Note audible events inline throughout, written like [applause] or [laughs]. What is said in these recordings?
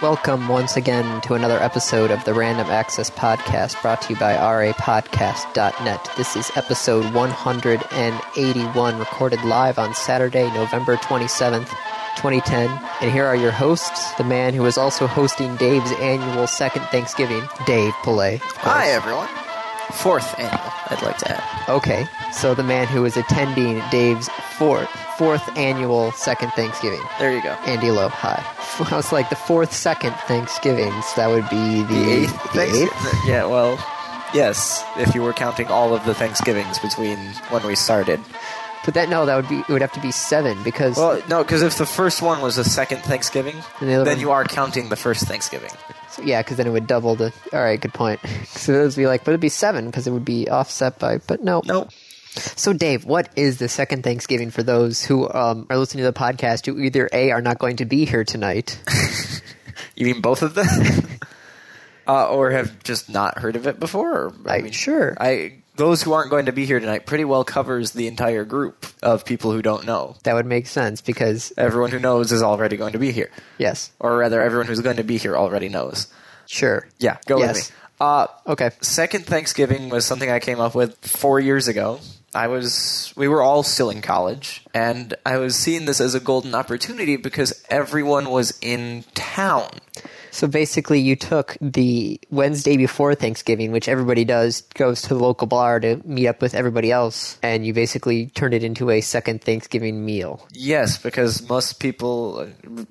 Welcome once again to another episode of the Random Access Podcast brought to you by rapodcast.net. This is episode 181, recorded live on Saturday, November 27th, 2010. And here are your hosts, the man who is also hosting Dave's annual second Thanksgiving, Dave Pillay. Hi, everyone. Fourth annual, I'd like to add. Okay, so the man who is attending Dave's fourth, fourth annual second Thanksgiving. There you go. Andy Lowe, hi. [laughs] Well, it's like the fourth, second Thanksgivings. That would be the, The eighth The Thanksgiving. eighth? Yeah, well, yes, if you were counting all of the Thanksgivings between when we started. But that no, that would be it would have to be seven because Well, no, because if the first one was the second Thanksgiving, And the other then one- you are counting the first Thanksgiving. so- yeah, because then it would double the. All right, good point. [laughs] So those would be like, but it'd be seven because it would be offset by. But no, Nope. So Dave, what is the second Thanksgiving for those who um, are listening to the podcast who either a are not going to be here tonight? You mean both of them? [laughs] uh, or have just not heard of it before? Or, I- sure. I those who aren't going to be here tonight pretty well covers the entire group of people who don't know. that would make sense because Everyone who knows is already going to be here. yes, Or rather, everyone who's going to be here already knows. sure, Yeah, go Yes. with me. Uh, okay, second Thanksgiving was something I came up with four years ago. I was, we were all still in college, and I was seeing this as a golden opportunity because everyone was in town. So basically, you took the Wednesday before Thanksgiving, which everybody does, goes to the local bar to meet up with everybody else, and you basically turned it into a second Thanksgiving meal. Yes, because most people,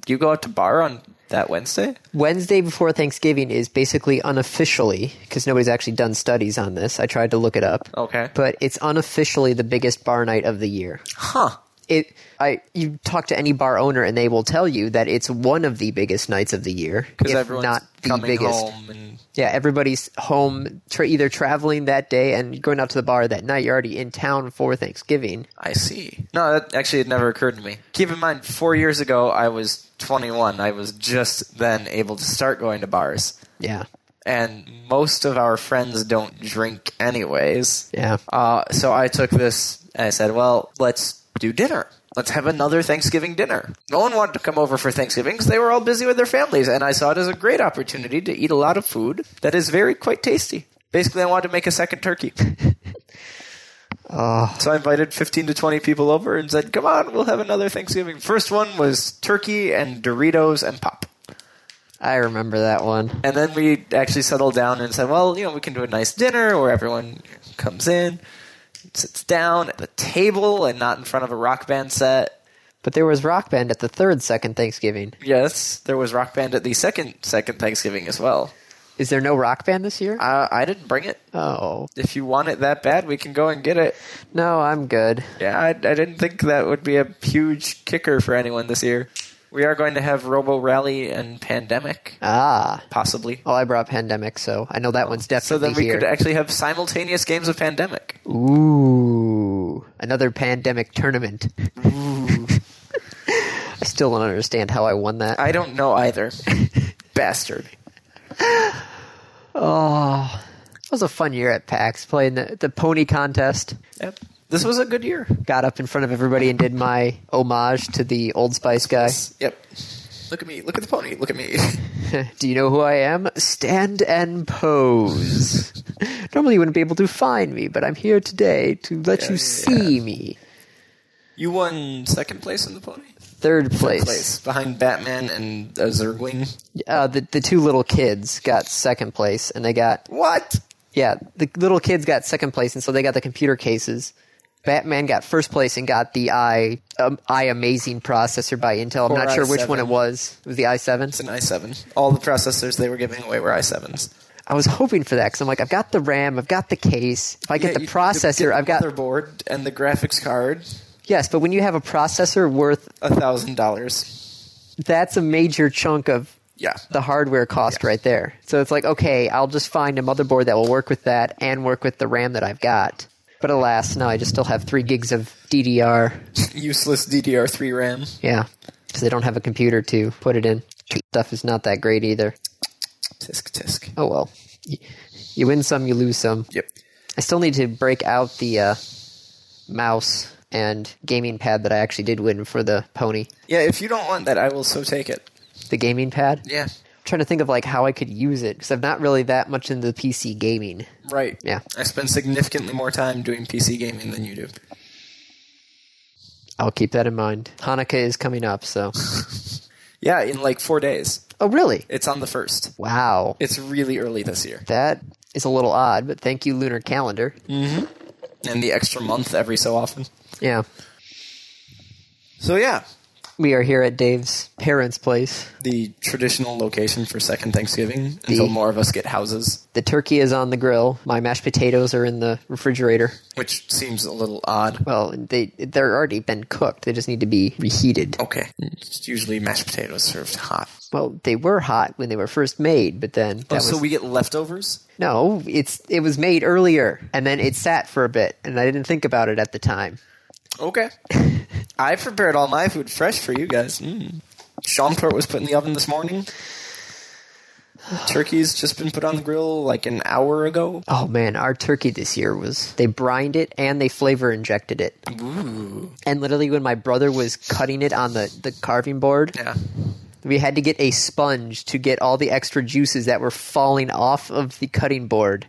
you go out to bar on that Wednesday. Wednesday before Thanksgiving is basically unofficially, because nobody's actually done studies on this. I tried to look it up. Okay. But it's unofficially the biggest bar night of the year. Huh. It, I, you talk to any bar owner and they will tell you that it's one of the biggest nights of the year, Because if everyone's not the coming biggest. home and Yeah, everybody's home, tra- either traveling that day and going out to the bar that night. You're already in town for Thanksgiving. I see. No, that actually had never occurred to me. Keep in mind, four years ago, I was 21. I was just then able to start going to bars. Yeah, And most of our friends don't drink anyways. yeah, Uh, so I took this and I said, well, let's do dinner. Let's have another Thanksgiving dinner. No one wanted to come over for Thanksgiving because they were all busy with their families. And I saw it as a great opportunity to eat a lot of food that is very quite tasty. Basically, I wanted to make a second turkey. [laughs] Uh, So I invited 15 to 20 people over and said, come on, we'll have another Thanksgiving. First one was turkey and Doritos and pop. I remember that one. And then we actually settled down and said, well, you know, we can do a nice dinner where everyone comes in, sits down at the table and not in front of a rock band set. But there was Rock Band at the third second Thanksgiving. Yes, there was rock band at the second second Thanksgiving as well. Is there no Rock Band this year? Uh, I didn't bring it. oh If you want it that bad, we can go and get it. no, I'm good. Yeah, I, I didn't think that would be a huge kicker for anyone this year. We are going to have Robo Rally and Pandemic, Ah, possibly. well, I brought Pandemic, so I know that one's So definitely then we here. could actually have simultaneous games of Pandemic. Ooh, another Pandemic tournament. [laughs] I still don't understand how I won that. I don't know [laughs] either. Bastard. Oh, it was a fun year at PAX playing the, the pony contest. Yep. This was a good year. Got up in front of everybody and did my homage to the Old Spice guy. [laughs] Yep. Look at me. Look at the pony. Look at me. Do you know who I am? Stand and pose. Normally you wouldn't be able to find me, but I'm here today to let you Yeah, see me. [laughs] You won second place in the pony? Third place. Place. Behind Batman and a Zergling. Uh, the, the two little kids got second place, and they got, What? yeah, the little kids got second place, and so they got the computer cases. Batman got first place and got the i um, i amazing processor by Intel. I'm Or not sure which i7. one it was. It was the i7. It's an i7. All the processors they were giving away were i7s. I was hoping for that because I'm like, I've got the RAM, I've got the case. If I get Yeah, the you- processor, you get I've got the motherboard and the graphics card. yes. But when you have a processor worth, A thousand dollars. that's a major chunk of Yeah. the hardware cost right there. So it's like, okay, I'll just find a motherboard that will work with that and work with the RAM that I've got. But alas, no, I just still have three gigs of DDR. [laughs] Useless DDR3 RAM. Yeah, because I don't have a computer to put it in. Stuff is not that great either. Tisk tisk. Oh well, Y- you win some, you lose some. Yep. I still need to break out the uh, mouse and gaming pad that I actually did win for the pony. Yeah, if you don't want that, I will so take it. The gaming pad? Yeah. trying to think of like how I could use it because I'm not really that much into PC gaming. Right. Yeah. I spend significantly more time doing PC gaming than you do. I'll keep that in mind. Hanukkah is coming up, so. Yeah, in like four days. Oh, really? It's on the first. Wow. It's really early this year. That is a little odd, but thank you, Lunar Calendar. And the extra month every so often. Yeah. So yeah. We are here at Dave's parents' place. The traditional location for second Thanksgiving until more of us get houses, The turkey is on the grill. My mashed potatoes are in the refrigerator. which seems a little odd. Well, they they're already been cooked. They just need to be reheated. Okay. It's usually mashed potatoes served hot. Well, they were hot when they were first made, but then that Oh, was so we get leftovers? no. It's it was made earlier, and then it sat for a bit, and I didn't think about it at the time. Okay. [laughs] I prepared all my food fresh for you guys. Mm. Schaumtorte was put in the oven this morning. [sighs] Turkey's just been put on the grill like an hour ago. Oh man, our turkey this year was they brined it and they flavor injected it. Ooh. And literally when my brother was cutting it on the, the carving board, Yeah. we had to get a sponge to get all the extra juices that were falling off of the cutting board.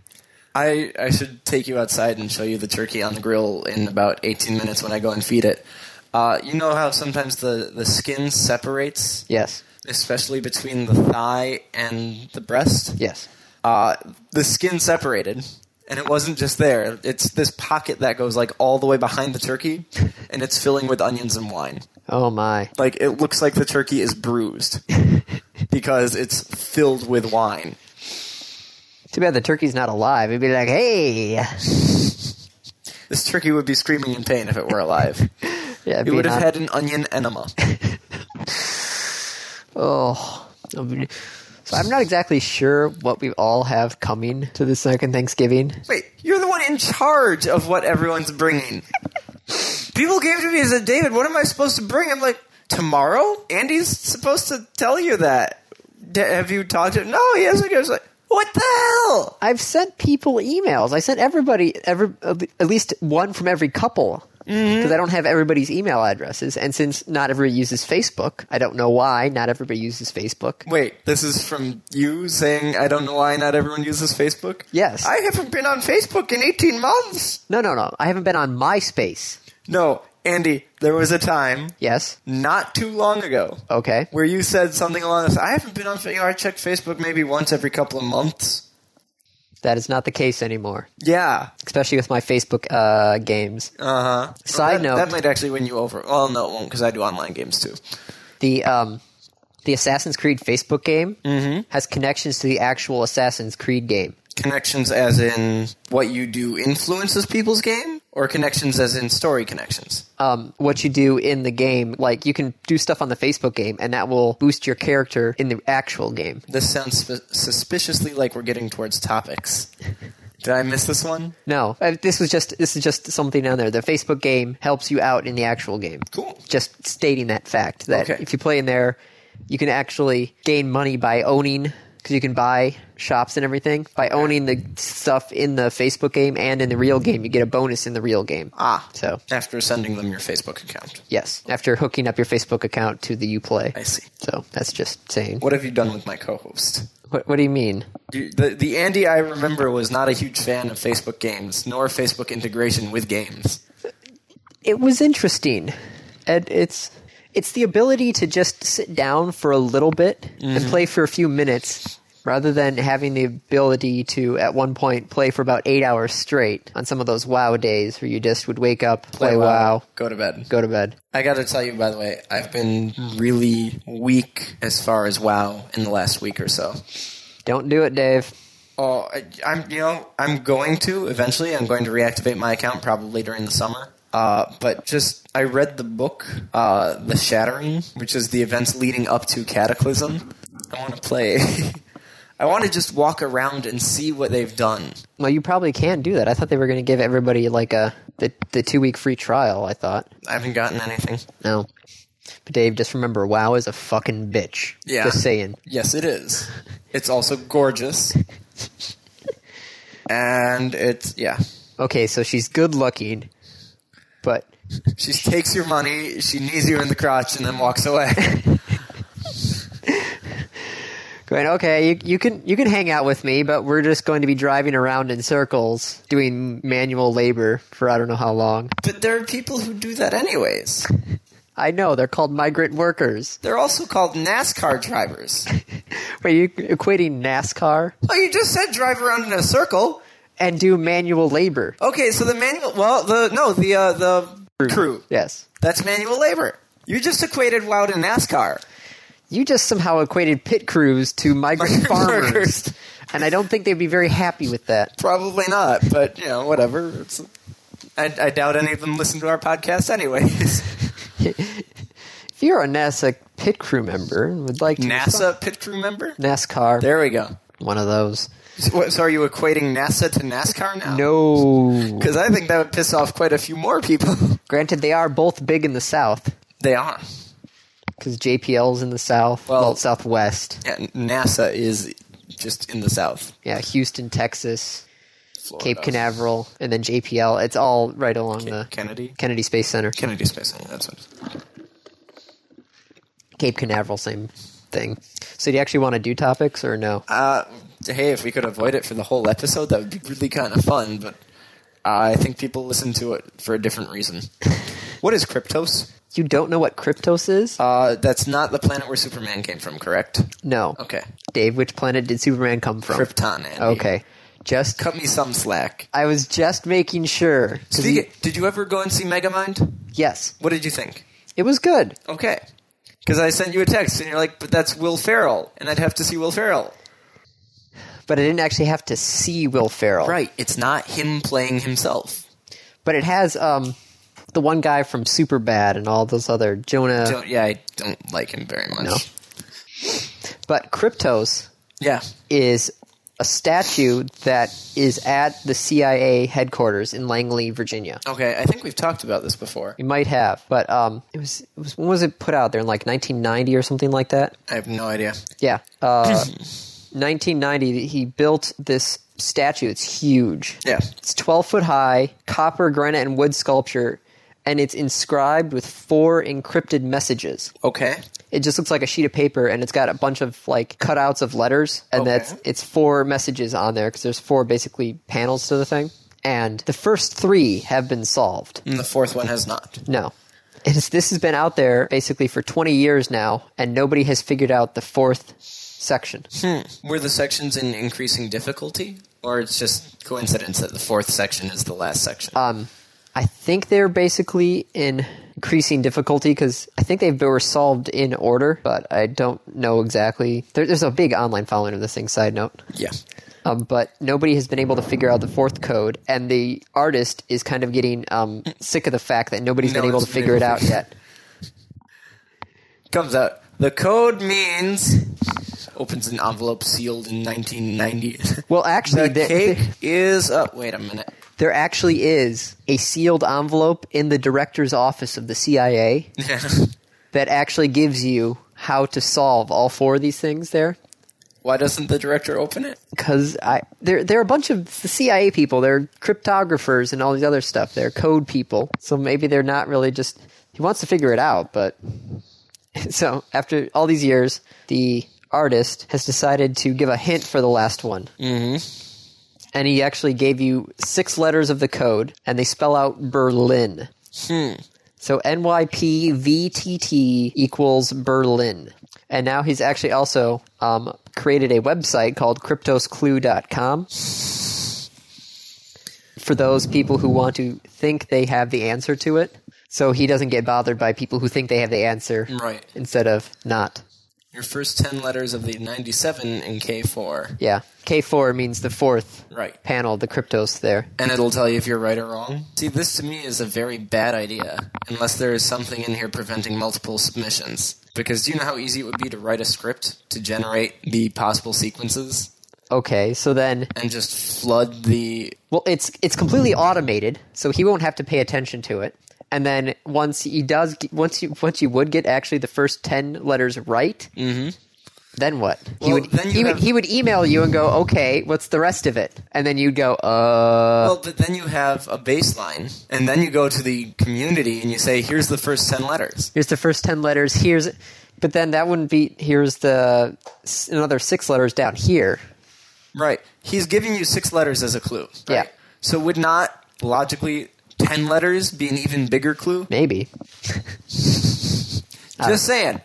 I, I should take you outside and show you the turkey on the grill in about 18 minutes when I go and feed it. Uh, you know how sometimes the, the skin separates, Yes. especially between the thigh and the breast? Yes. uh, the skin separated, and it wasn't just there. It's this pocket that goes like all the way behind the turkey, and it's filling with onions and wine. Oh my. Like it looks like the turkey is bruised because it's filled with wine. Too bad the turkey's not alive. It'd be like, hey. Yeah, This turkey would be screaming in pain if it were alive. it'd It be would have not- had an onion enema. Oh. So I'm not exactly sure what we all have coming to the second Thanksgiving. [laughs] Wait, you're the one in charge of what everyone's bringing. People came to me and said, David, what am I supposed to bring? I'm like, tomorrow? Andy's supposed to tell you that. D- have you talked to him? No, he hasn't. I was like, what the hell? I've sent people emails. I sent everybody, every, at least one from every couple, because I don't have everybody's email addresses. And since not everybody uses Facebook, I don't know why not everybody uses Facebook. Wait, this is from you saying, I don't know why not everyone uses Facebook? Yes. I haven't been on Facebook in 18 months. No, no, no. I haven't been on MySpace. No, Andy, there was a time Yes. not too long ago Okay. where you said something along this. I haven't been on. You know, I check Facebook maybe once every couple of months. That is not the case anymore, Yeah, especially with my Facebook uh, games. Uh huh. Side that, note. that might actually win you over. Well, no, it won't because I do online games too. The um, the Assassin's Creed Facebook game has connections to the actual Assassin's Creed game. Connections, as in what you do, influences people's game, or connections, as in story connections. um, what you do in the game. Like you can do stuff on the Facebook game, and that will boost your character in the actual game. This sounds sp- suspiciously like we're getting [laughs] towards topics. Did I miss this one? No, uh, this was just this is just something down there. The Facebook game helps you out in the actual game. Cool. Just stating that fact that Okay. if you play in there, you can actually gain money by owning because you can buy shops and everything by owning the stuff in the Facebook game and in the real game. You get a bonus in the real game. Ah. so After sending them your Facebook account. yes, after hooking up your Facebook account to the UPlay. I see. So that's just saying. What have you done with my co-host? What, what do you mean? You- The, the Andy I remember was not a huge fan of Facebook games, nor Facebook integration with games. it was interesting and it's it's the ability to just sit down for a little bit and play for a few minutes rather than having the ability to at one point play for about eight hours straight on some of those wow days where you just would wake up play, wow, Uh, Go to bed. go to bed I gotta tell you, by the way, I've been really weak as far as WoW in the last week or so. don't do it dave Oh, I, I'm you know I'm going to eventually. I'm going to reactivate my account probably during the summer. Uh, but just I read the book, uh, The Shattering, which is the events leading up to Cataclysm. I want to play. [laughs] I want to just walk around and see what they've done. well you probably can do that i thought they were going to give everybody like a the, the two week free trial i thought I haven't gotten anything. no but dave just remember wow is a fucking bitch Yeah. just saying Yes, it is. It's also gorgeous, and it's yeah. okay so she's good looking but She takes your [laughs] money, she knees you in the crotch, and then walks away. Going, okay, you, you can you can hang out with me, but we're just going to be driving around in circles doing manual labor for I don't know how long. But there are people who do that anyways. I know they're called migrant workers. [laughs] They're also called NASCAR drivers. Wait, you equating NASCAR Well, you just said drive around in a circle. and do manual labor? Okay, so the manual. Well, the no, the uh, the crew. Yes. That's manual labor. You just equated WoW to NASCAR. You just somehow equated pit crews to migrant Migrant farmers. workers. And I don't think they'd be very happy with that. [laughs] Probably not, but you know, whatever. It's, I, I doubt any of them listen to our podcast, anyways. If you're a NASA pit crew member and would like to [laughs] NASA pit crew member. NASCAR, There we go. one of those. So, what- so are you equating NASA to NASCAR now? No. because I think that would piss off quite a few more people. [laughs] Granted, they are both big in the South they are. because JPL's in the South, well, Well- Southwest. Yeah, NASA is just in the south. Yeah, Houston, Texas, Cape Florida. Canaveral, and then JPL. It's all right along the Kennedy. Kennedy Space Center. Kennedy Space Center. That's what. It is. Cape Canaveral, same thing. So, do you actually want to do topics or no? Uh, hey, if we could avoid it for the whole episode, that would be really kind of fun. But I think people listen to it for a [laughs] different reason. what is Kryptos? You don't know what Kryptos is? Uh, that's not the planet where Superman came from, correct? no. Okay. Dave, which planet did Superman come from? Krypton. Andy. Okay. Just Cut me some slack. I was just making sure. 'Cause Speak you- it- did you ever go and see Megamind? yes, What did you think? it was good. Okay. Because I sent you a text and you're like, but that's Will Ferrell, and I'd have to see Will Ferrell. but I didn't actually have to see Will Ferrell. Right. It's not him playing himself. But it has um, the one guy from Superbad and all those other Jonah. Don't, yeah, I don't like him very much. No. but Kryptos Yeah. is a statue that is at the CIA headquarters in Langley, Virginia. Okay, I think we've talked about this before. You might have, but um, it was it was when was it put out there in like 1990 or something like that? I have no idea. Yeah, uh, [clears throat] 1990. He built this statue. It's huge. Yeah. It's 12 foot high, copper, granite, and wood sculpture, and it's inscribed with four encrypted messages. Okay. It just looks like a sheet of paper, and it's got a bunch of like cutouts of letters, and Okay. that's it's four messages on there because there's four basically panels to the thing, and the first three have been solved. And the fourth one has not. No. It is, this has been out there basically for 20 years now, and nobody has figured out the fourth section. Hmm. Were the sections in increasing difficulty? Or it's just coincidence that the fourth section is the last section? Um, I think they're basically in increasing difficulty because I think they were solved in order, but I don't know exactly. There, there's a big online following of this thing, side note. yeah. Um, but nobody has been able to figure out the fourth code, and the artist is kind of getting um, sick of the fact that nobody's No been able to one's been figure it able to out figure- [laughs] yet. Comes out. The code means. Opens an envelope sealed in 1990. Well, actually, [laughs] they- the they- cake is. Uh, wait a [laughs] minute. [laughs] There actually is a sealed envelope in the director's office of the CIA that actually gives you how to solve all four of these things there. Why doesn't the director open it? Because I there there are a bunch of the CIA people, they're cryptographers and all these other stuff. They're code people, so maybe they're not really just. He wants to figure it out, but [laughs] so after all these years, the artist has decided to give a hint for the last one. and he actually gave you six letters of the code, and they spell out Berlin. So NYPVTT equals Berlin. And now he's actually also um, created a website called cryptosclue.com for those people who want to think they have the answer to it. So he doesn't get bothered by people who think they have the answer Right. instead of not. Your first 10 letters of the 97 in K4. Yeah. K4 means the fourth Right. panel, the cryptos there. and it'll tell you if you're right or wrong. See, this to me is a very bad idea, unless there is something in here preventing multiple submissions. Because do you know how easy it would be to write a script to generate the possible sequences Okay, so then and just flood the. Well, it's it's completely automated, so he won't have to pay attention to it. And then once he does, g- once you once you would get actually the first ten letters right, mm-hmm. then what? he Well, would then you he, have- would he would email you and go, okay, what's the rest of it? And then you'd go, uh, Well, but then you have a baseline, and then you go to the community and you say, here's the first 10 letters. here's the first ten letters. Here's But then that wouldn't be. Here's the s- another six letters down here. Right. He's giving you six letters as a clue. right? Yeah. So would not logically ten letters be an even bigger clue? Maybe. Just saying.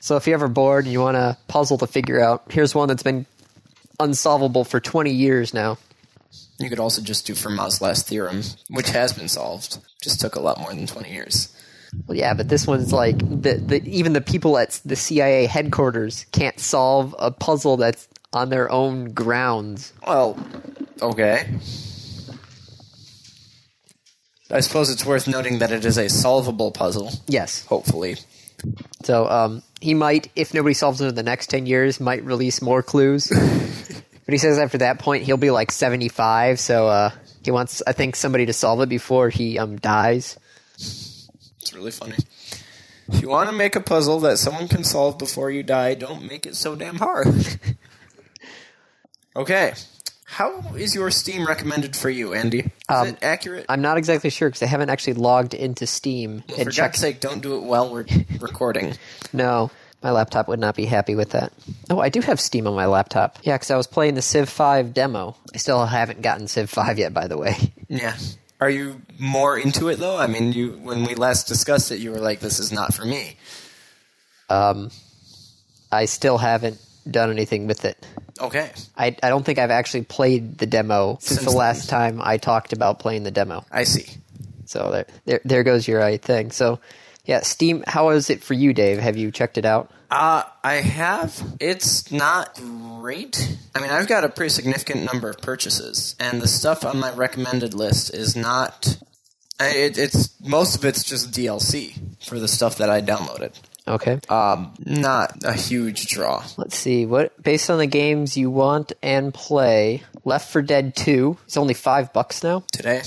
So if you're ever bored and you want a puzzle to figure out, here's one that's been unsolvable for 20 years now. You could also just do Fermat's last theorem, which has been solved. Just took a lot more than twenty years. Well, yeah, but this one's like the, the even the people at the CIA headquarters can't solve a puzzle that's on their own grounds. Well, okay. I suppose it's worth noting that it is a solvable puzzle, Yes. hopefully. So um, he might, if nobody solves it in the next 10 years, might release more clues. but he says after that point, he'll be like 75. So uh, he wants, I think, somebody to solve it before he um, dies. It's really funny. If you want to make a puzzle that someone can solve before you die, don't make it so damn hard. [laughs] okay. How is your Steam recommended for you, Andy? Is Um, it accurate? I'm not exactly sure because I haven't actually logged into Steam Well, for and checked. God's sake, don't do it while we're recording. No, my laptop would not be happy with that. Oh, I do have Steam on my laptop. Yeah, because I was playing the Civ 5 demo. I still haven't gotten Civ 5 yet, by the way. Yeah. Are you more into it though? I mean, you when we last discussed it, you were like, "This is not for me." Um, I still haven't done anything with it. Okay. I, I don't think I've actually played the demo since, Since the last time I talked about playing the demo. I see. So there, there, there goes your right thing. So, yeah, Steam, how is it for you, Dave? Have you checked it out? Uh, I have. It's not great. I mean, I've got a pretty significant number of purchases, and the stuff on my recommended list is not. I- It, it's most of it's just DLC for the stuff that I downloaded. Okay. Um, not a huge draw. Let's see what based on the games you want and play. Left for Dead 2 It's only 5 bucks now. Today,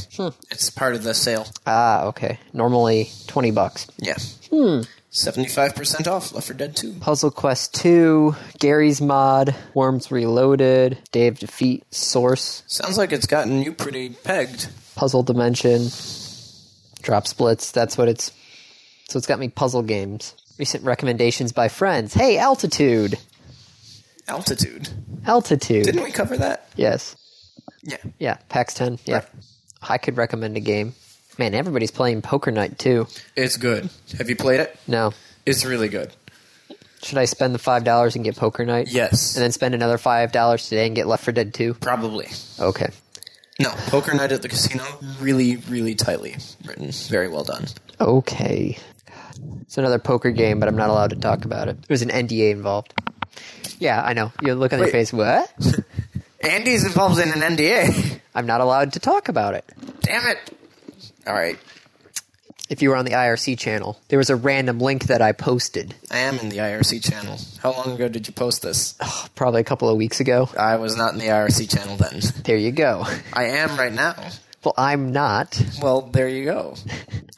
it's part of the sale. Ah, okay. Normally 20 bucks. Yeah. Seventy-five percent off. Left 4 Dead Two. Puzzle Quest 2, Gary's Mod, Worms Reloaded, Day of Defeat, Source, Sounds like it's gotten you pretty pegged. Puzzle Dimension, Drop Splits, that's what it's So it's got me puzzle games. Recent recommendations by friends. Hey, Altitude. Altitude. Altitude. Didn't we cover that? Yes. Yeah. Yeah, PAX 10. Yeah. I could recommend a game. Man, everybody's playing Poker Night too. It's good. Have you played it? No. It's really good. Should I spend the five dollars and get Poker Night? Yes. And then spend another five dollars today and get Left for Dead 2? Probably. Okay. No, Poker Night at the Casino, really, really tightly written. Very well done. Okay. It's another poker game, but I'm not allowed to talk about it. There's an NDA involved. Yeah, I know. You look on your Wait. face. What? Andy's involved in an NDA. I'm not allowed to talk about it. [laughs] Damn it. All right. If you were on the IRC channel, there was a random link that I posted I am in the IRC channel. How long ago did you post this? oh, probably a couple of weeks ago. I was not in the IRC channel then. There you go. [laughs] I am right now. Well, I'm not. Well, there you go.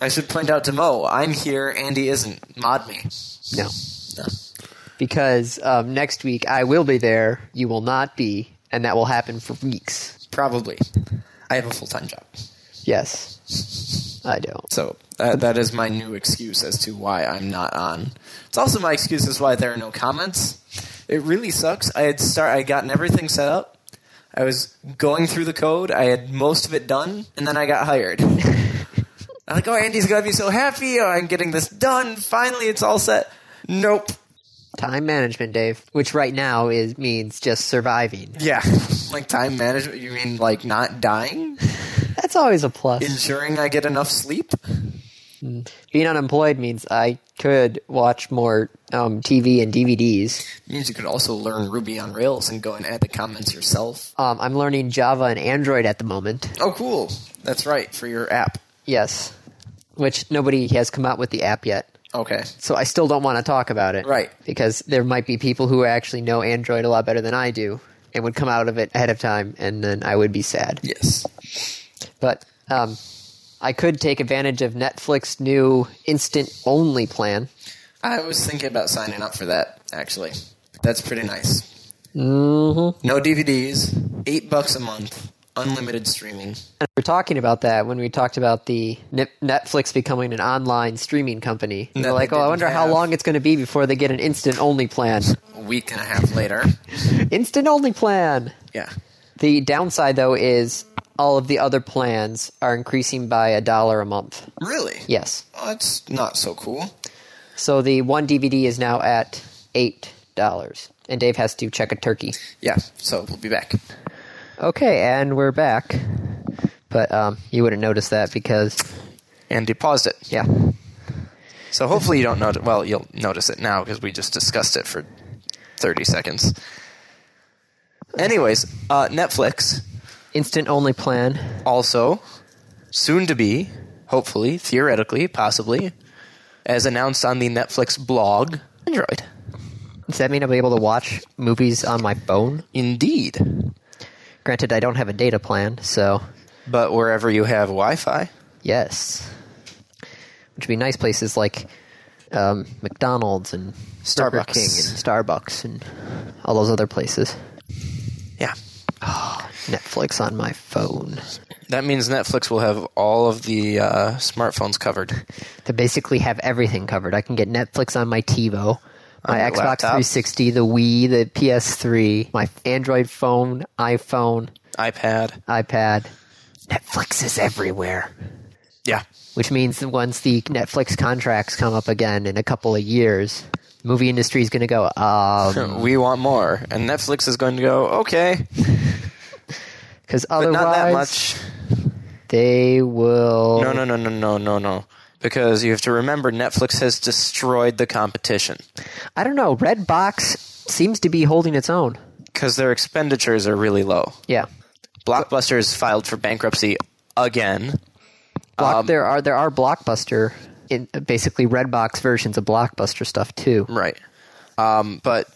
I should point out to Mo, I'm here, Andy isn't. Mod me. No. No. Because um, next week I will be there. You will not be. And that will happen for weeks. Probably. I have a full time job. Yes. I don't. So uh, that, that is my new excuse as to why I'm not on. It's also my excuse as why there are no comments. It really sucks. I had start. I had gotten everything set up. I was going through the code. I had most of it done, and then I got hired. I'm like, oh, Andy's gonna be so happy. Oh, I'm getting this done. Finally, it's all set. Nope. Time management, Dave, which right now is means just surviving. Yeah. [laughs] Like time management. You mean like not dying, That's always a plus. ensuring I get enough sleep? Being unemployed means I could watch more um, TV and DVDs. means you could also learn Ruby on Rails and go and add the comments yourself. Um, I'm learning Java and Android at the moment. Oh, cool. That's right, for your app. Yes, which nobody has come out with the app yet. Okay. So I still don't want to talk about it. Right. Because there might be people who actually know Android a lot better than I do and would come out of it ahead of time, and then I would be sad. Yes. But um, I could take advantage of Netflix's new instant only plan. I was thinking about signing up for that, actually. That's pretty nice. Mm-hmm. No DVDs, eight bucks a month, unlimited streaming. We are talking about that when we talked about the Nip- Netflix becoming an online streaming company. And That They're like, they oh, I didn't wonder how have." long it's going to be before they get an instant only plan. [laughs] A week and a half [laughs] later. instant only plan. Yeah. The downside, though, is all of the other plans are increasing by a dollar a month. Really? Yes. Well, that's not so cool. So the one DVD is now at eight dollars, and Dave has to check a turkey. Yeah, so we'll be back. Okay, and we're back, but um, you wouldn't notice that because And he paused it. yeah, So hopefully you don't notice. Well, you'll notice it now because we just discussed it for 30 seconds. Anyways, uh, Netflix instant only plan. also soon to be, hopefully, theoretically, possibly, as announced on the Netflix blog, Android. Does that mean I'll be able to watch movies on my phone? Indeed. Granted, I don't have a data plan, so But wherever you have Wi Fi, yes, which would be nice places like um, McDonald's and Burger Starbucks. King and Starbucks and all those other places. yeah. Netflix on my phone. That means Netflix will have all of the uh, smartphones covered. to basically have everything covered. I can get Netflix on my TiVo, my your Xbox laptop? 360, the Wii, the PS3, my Android phone, iPhone, iPad. iPad. Netflix is everywhere. Yeah. [laughs] Which means that once the Netflix contracts come up again in a couple of years, the movie industry is going to go, [laughs] um, We want more. And Netflix is going to go, okay, because but otherwise not that much. they will. No, no, no, no, no, no, no. Because you have to remember, Netflix has destroyed the competition I don't know. Redbox seems to be holding its own. because their expenditures are really low. Yeah. Blockbuster has filed for bankruptcy again. Block, Um, there are there are blockbuster in basically Redbox versions of blockbuster stuff too. Right. Um, but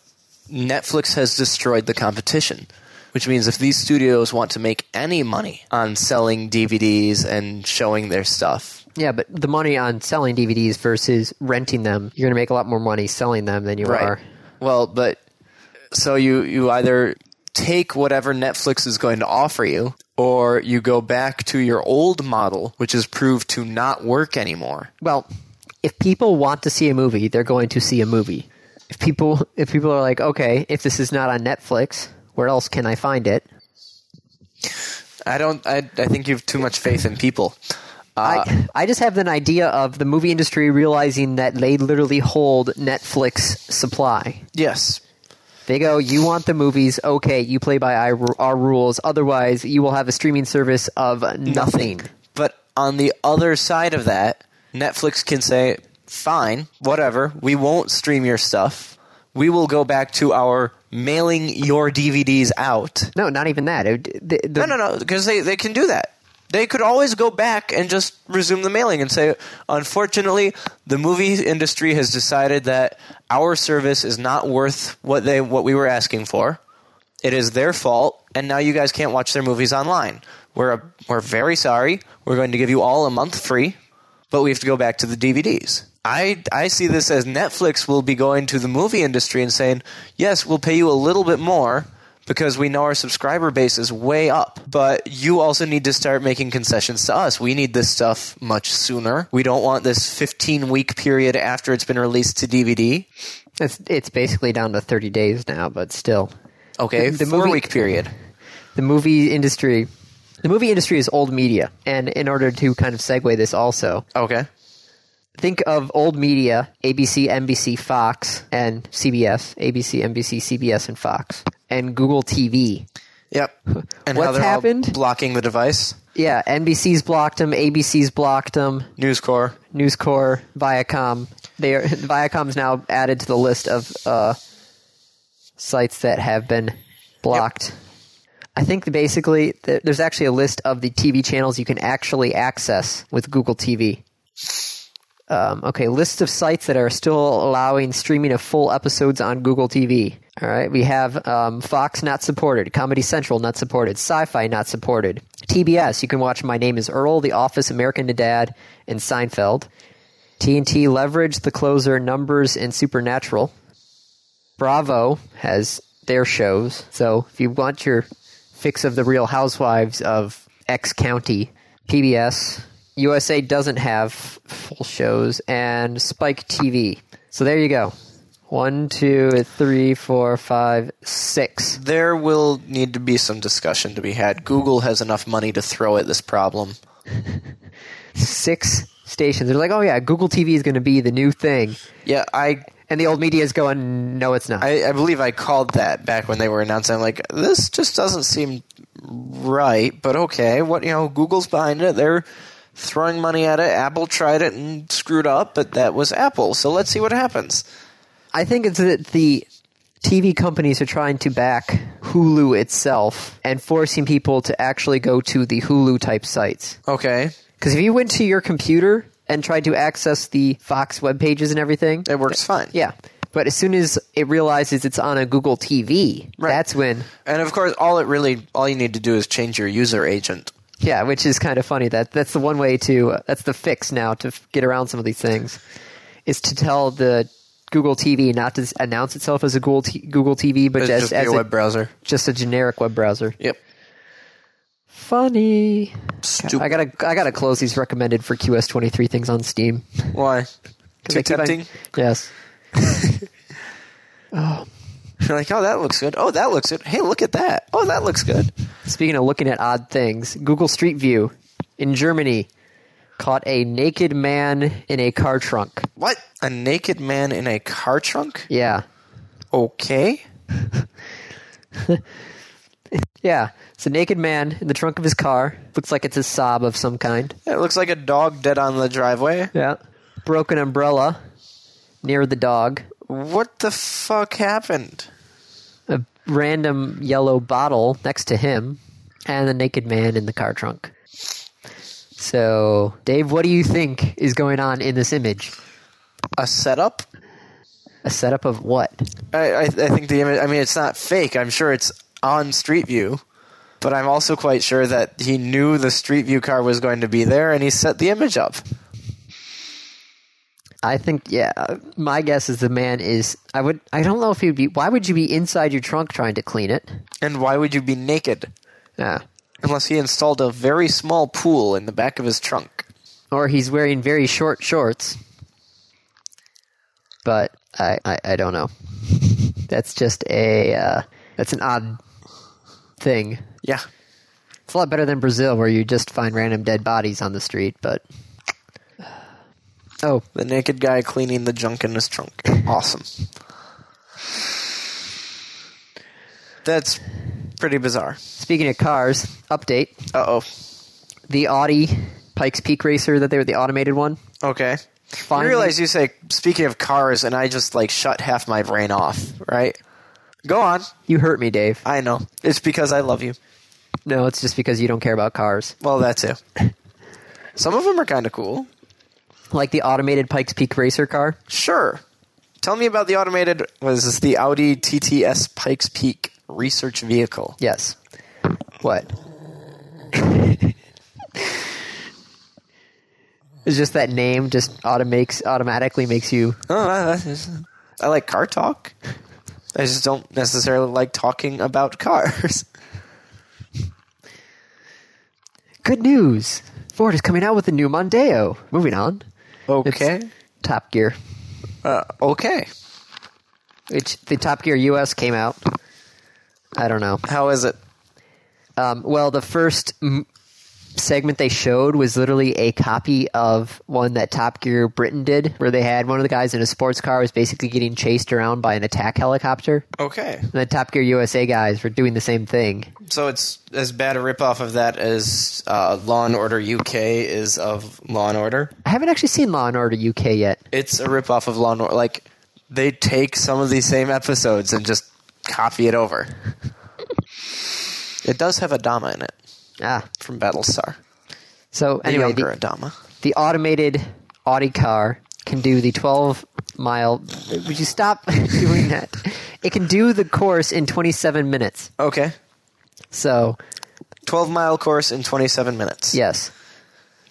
Netflix has destroyed the competition, which means if these studios want to make any money on selling DVDs and showing their stuff, Yeah, but the money on selling DVDs versus renting them, you're going to make a lot more money selling them than you are. Well, but so you you either take whatever Netflix is going to offer you, or you go back to your old model, which is proved to not work anymore. Well, if people want to see a movie, they're going to see a movie. If people if people are like, "Okay, if this is not on Netflix, where else can I find it?" I don't. I I think you have too much faith in people. Uh, I I just have an idea of the movie industry realizing that they literally hold Netflix supply. Yes. They go, you want the movies? Okay, you play by our, our rules. Otherwise, you will have a streaming service of nothing. But on the other side of that, Netflix can say, fine, whatever, we won't stream your stuff. We will go back to our mailing your DVDs out. No, not even that. It- the- the- No, no, no, because they, they can do that. They could always go back and just resume the mailing and say, unfortunately, the movie industry has decided that our service is not worth what they what we were asking for. It is their fault, and now you guys can't watch their movies online. We're we're very sorry. We're going to give you all a month free, but we have to go back to the DVDs. I I see this as Netflix will be going to the movie industry and saying, "Yes, we'll pay you a little bit more because we know our subscriber base is way up, but you also need to start making concessions to us. We need this stuff much sooner. We don't want this 15 week period after it's been released to DVD. It's, it's basically down to 30 days now, but still. Okay, The- the four movie- week period. The movie industry. The movie industry is old media. And in order to kind of segue this also, Okay. think of old media ABC, NBC, Fox, and CBS. ABC, NBC, CBS, and Fox. And Google TV. [laughs] Yep. And What's how they're all happened? blocking the device. Yeah, NBC's blocked them, ABC's blocked them, News Corps. News Corp, Viacom. They are, Viacom's now added to the list of uh, sites that have been blocked. I think that basically th- there's actually a list of the TV channels you can actually access with Google TV. Um, okay, list of sites that are still allowing streaming of full episodes on Google TV. All right, we have um, Fox not supported, Comedy Central not supported, Sci-Fi not supported, TBS. You can watch My Name Is Earl, The Office, American Dad, and Seinfeld. TNT Leverage, The Closer, Numbers, and Supernatural. Bravo has their shows, so if you want your fix of the Real Housewives of X County, PBS. USA doesn't have full shows, and Spike TV. So there you go. One, two, three, four, five, six. There will need to be some discussion to be had. Google has enough money to throw at this problem. Six stations. They're like, oh yeah, Google TV is going to be the new thing. Yeah, I And the old media is going, no, it's not. I, I believe I called that back when they were announcing. I'm like, this just doesn't seem right, but okay. What you know, Google's behind it. They're throwing money at it. Apple tried it and screwed up, but that was Apple. So let's see what happens. I think it's that the TV companies are trying to back Hulu itself and forcing people to actually go to the Hulu type sites. Okay, Because if you went to your computer and tried to access the Fox web pages and everything, it works fine. yeah. But as soon as it realizes it's on a Google TV, Right. that's when, and of course, all it really all you need to do is change your user agent. yeah, which is kind of funny. That that's the one way to uh, that's the fix now to f- get around some of these things is to tell the Google TV not to s- announce itself as a Google T- Google TV, but It's as, just be as a a- web browser. just a generic web browser. Yep. Funny. Stupid. I gotta I gotta close these recommended for QS twenty three things on Steam. Why? 'Cause Too I keep on- tempting. yes. You're like, oh, that looks good. Oh, that looks good. Hey, look at that. Oh, that looks good. Speaking of looking at odd things, Google Street View in Germany caught a naked man in a car trunk. What? A naked man in a car trunk? Yeah. Okay. Yeah. It's a naked man in the trunk of his car. Looks like it's a sob of some kind. It looks like a dog dead on the driveway. Yeah. Broken umbrella near the dog. What the fuck happened? A random yellow bottle next to him. And the naked man in the car trunk. So, Dave, what do you think is going on in this image? A setup? A setup of what? I, I, I think the image, I mean, it's not fake. I'm sure it's on Street View. But I'm also quite sure that he knew the Street View car was going to be there and he set the image up. I think yeah. My guess is the man is. I would. I don't know if he would be. Why would you be inside your trunk trying to clean it? And why would you be naked? Yeah. Unless he installed a very small pool in the back of his trunk. Or he's wearing very short shorts. But I. I, I don't know. [laughs] That's just a. Uh, that's an odd thing. Yeah. It's a lot better than Brazil, where you just find random dead bodies on the street. But oh, The naked guy cleaning the junk in his trunk. Awesome. That's pretty bizarre. speaking of cars, update Uh oh. the Audi Pikes Peak racer that they were the automated one. Okay. Finally- I realize you say speaking of cars, and I just like shut half my brain off. Right? Go on. You hurt me, Dave. I know. It's because I love you. No, it's just because you don't care about cars. Well, that too. Some of them are kind of cool. Like the automated Pikes Peak racer car. Sure. Tell me about the automated. Was this the Audi TTS Pikes Peak research vehicle? Yes. What? [laughs] it's just that name just auto makes automatically makes you Oh, I, I like car talk. I just don't necessarily like talking about cars. [laughs] good news. Ford is coming out with a new Mondeo. Moving on. It's Okay. Top Gear, Uh, okay. which the Top Gear US came out. I don't know. How is it? Um, well, the first m- segment they showed was literally a copy of one that Top Gear Britain did, where they had one of the guys in a sports car was basically getting chased around by an attack helicopter. Okay. And the Top Gear USA guys were doing the same thing. So it's as bad a ripoff of that as uh, Law and Order UK is of Law and Order. I haven't actually seen Law and Order UK yet. It's a ripoff of Law and Order. Like they take some of these same episodes and just copy it over. it does have Adama in it Ah, from Battlestar. so The anyway, younger the, Adama. the automated Audi car can do the 12 mile. Would you stop [laughs] doing that? It can do the course in 27 minutes. Okay. So, Twelve mile course in twenty seven minutes. yes.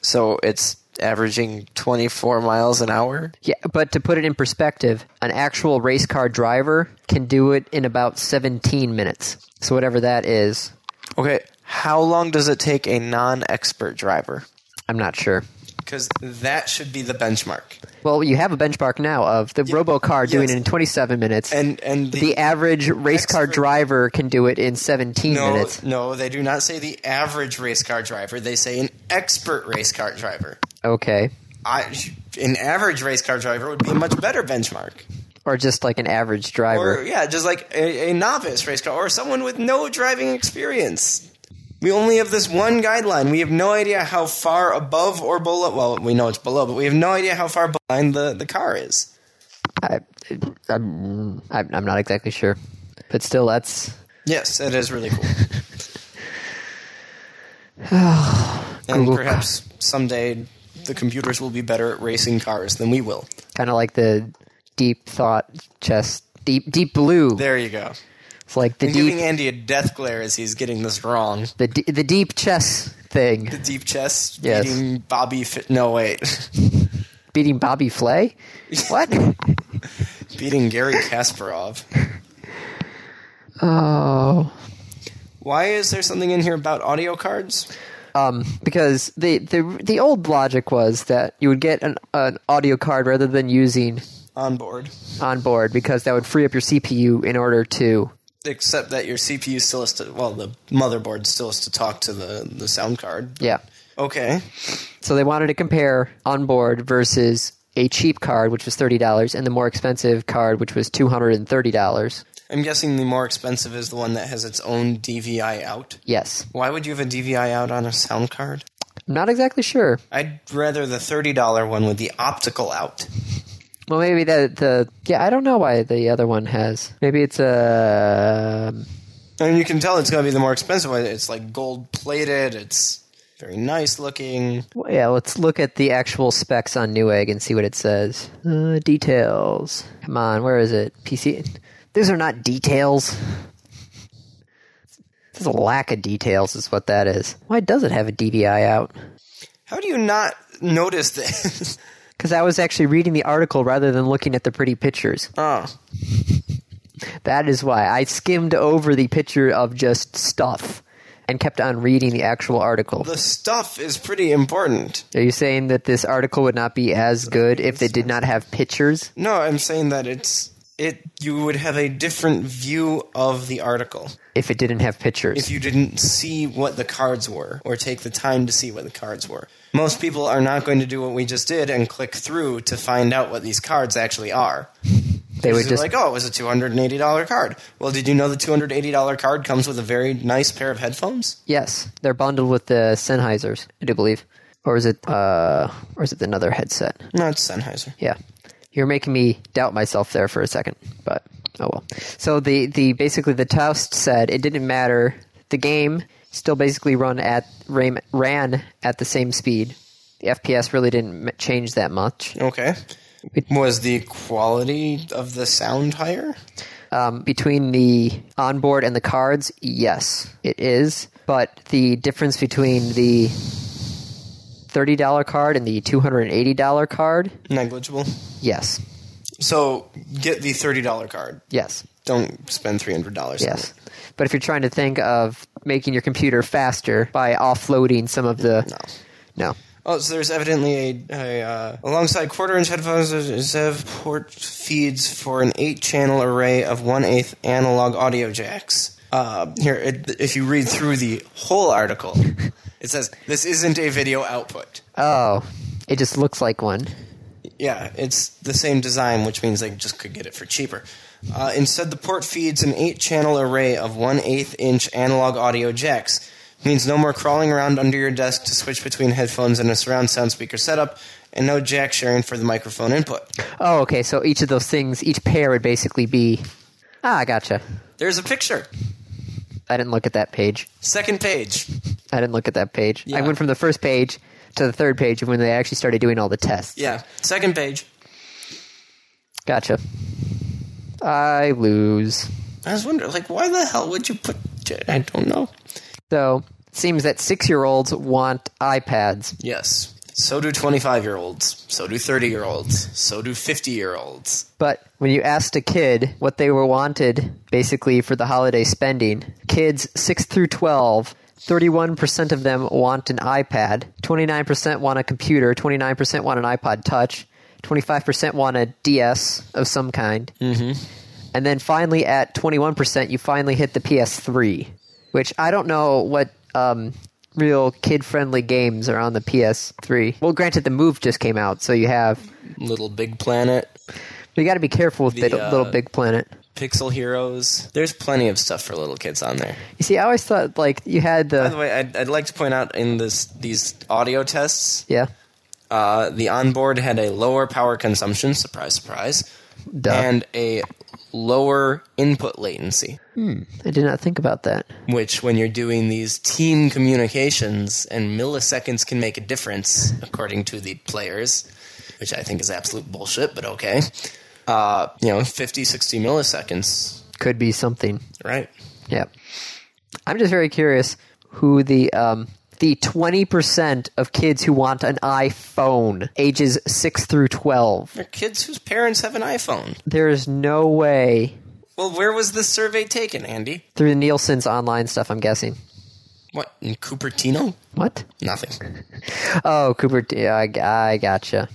So it's averaging 24 miles an hour. Yeah, but to put it in perspective, an actual race car driver can do it in about 17 minutes. So whatever that is, Okay, how long does it take a non-expert driver? I'm not sure. Because that should be the benchmark. Well, you have a benchmark now of the RoboCar doing yes. it in 27 minutes, And and the, the average race car expert- driver can do it in 17 no minutes. no they do not say the average race car driver. They say an expert race car driver. Okay, I an average race car driver would be a much better benchmark. or just like an average Or driver. yeah, just like a, a novice race car or someone with no driving experience. We only have this one guideline. We have no idea how far above or below. Well, we know it's below, but we have no idea how far behind the, the car is. I, I'm, I'm I'm not exactly sure, but still, that's Yes, it is really cool. [sighs] and Google- perhaps someday the computers will be better at racing cars than we will. kind of like the deep thought chest, deep deep blue. There you go. It's like the I'm giving deep Andy a death glare as he's getting this wrong. the d- the deep chess thing. The deep chest Yes. beating Bobby. Fi- no, wait. [laughs] Beating Bobby Flay. What? beating Gary Kasparov. oh. Why is there something in here about audio cards? um, because the, the the old logic was that you would get an, an audio card rather than using On board. on board because that would free up your CPU in order to Except that your CPU still has to, well, the motherboard still has to talk to the, the sound card. yeah. Okay. So they wanted to compare on board versus a cheap card which was thirty dollars and the more expensive card which was two hundred and thirty dollars. I'm guessing the more expensive is the one that has its own DVI out. Yes, Why would you have a DVI out on a sound card? I'm not exactly sure. I'd rather the $30 one with the optical out. Well, maybe the the yeah I don't know why the other one has. Maybe it's uh, a And you can tell it's going to be the more expensive one. It's like gold plated, it's very nice looking. Well, yeah, let's look at the actual specs on Newegg and see what it says. Uh, details. Come on, where is it? PC. These are not details. This is a lack of details, is what that is. Why does it have a DVI out? How do you not notice [laughs] this? Because I was actually reading the article rather than looking at the pretty pictures. oh, That is why I skimmed over the picture of just stuff and kept on reading the actual article. the stuff is pretty important. Are you saying that this article would not be as good if they did not have pictures? No, I'm saying that it's it you would have a different view of the article If it didn't have pictures? if you didn't see what the cards were or take the time to see what the cards were. Most people are not going to do what we just did and click through to find out what these cards actually are. they would They're just like, "Oh, it was a $280 card." Well, did you know the $280 card comes with a very nice pair of headphones? Yes, they're bundled with the Sennheisers, I do believe, or is it, uh, or is it another headset? No, it's Sennheiser. Yeah, you're making me doubt myself there for a second, but oh well. So the the basically the test said it didn't matter. The game still basically run at ram, ran at the same speed. The FPS really didn't m- change that much. Okay. Was the quality of the sound higher? Um, between the onboard and the cards, yes, it is. But the difference between the $30 card and the $280 card, Negligible. yes. So, get the $30 card. Yes. don't spend three hundred dollars. Yes. But if you're trying to think of making your computer faster by offloading some of the. No. No. Oh, so there's evidently a, a uh, alongside quarter-inch headphones, there's a Zev port feeds for an eight-channel array of one-eighth analog audio jacks. Uh, here, it, if you read through the whole article, it says this isn't a video output. Oh, it just looks like one. Yeah, it's the same design, which means they just could get it for cheaper. Uh, instead, the port feeds an eight-channel array of one-eighth inch analog audio jacks. Means no more crawling around under your desk to switch between headphones and a surround sound speaker setup, and no jack sharing for the microphone input. Oh, okay. So each of those things, each pair would basically be. Ah, I gotcha. There's a picture. I didn't look at that page. Second page. I didn't look at that page. I Yeah. went from the first page to the third page when they actually started doing all the tests. Yeah, second page. Gotcha. I lose. I was wondering, like, why the hell would you put? I don't know. So, it seems that six year olds want iPads. Yes. So do 25 year olds. So do 30 year olds. So do 50 year olds. But when you asked a kid what they were wanted basically for the holiday spending, kids 6 through 12, 31% of them want an iPad, 29% want a computer, 29% want an iPod Touch, 25% want a DS of some kind. Mm-hmm. And then finally, at 21%, you finally hit the PS3, which I don't know what um, real kid friendly games are on the PS3. Well, granted, the move just came out, so you have. Little Big Planet, You got to be careful with The, Bit- uh, Little Big Planet. Pixel Heroes. There's plenty of stuff for little kids on there. You see, I always thought like you had By the the way, I'd, I'd like to point out in this these audio tests, yeah, uh, the onboard had a lower power consumption. Surprise, surprise. Duh. And a lower input latency. I did not think about that. which when you're doing these team communications and milliseconds can make a difference according to the players which i think is absolute bullshit but okay uh, you know 50 60 milliseconds Could be something. right Yeah, I'm just very curious who the um the 20% of kids who want an iPhone, ages 6 through 12. they're kids whose parents have an iphone There is no way well where was this survey taken andy through Nielsen's online stuff. I'm guessing. what in cupertino What? nothing Oh, Cooper. Yeah, I, I gotcha.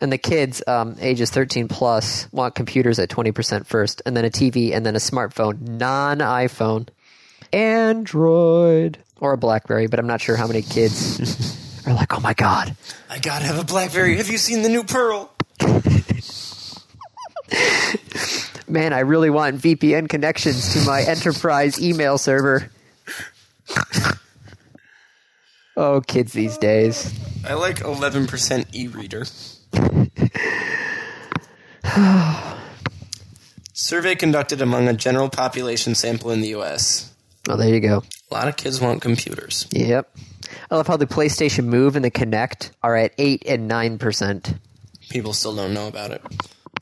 And the kids, um, ages 13 plus, want computers at 20% first, and then a TV, and then a smartphone, non iPhone, Android, or a Blackberry, but I'm not sure how many kids are like, oh my God, i gotta have a blackberry have you seen the new pearl man, I really want VPN connections to my enterprise email server. [laughs] oh, kids these days. i like 11% e-reader [sighs] survey conducted among a general population sample in the us Well, there you go. A lot of kids want computers. Yep. I love how the PlayStation Move and the Kinect are at 8 and 9%. People still don't know about it.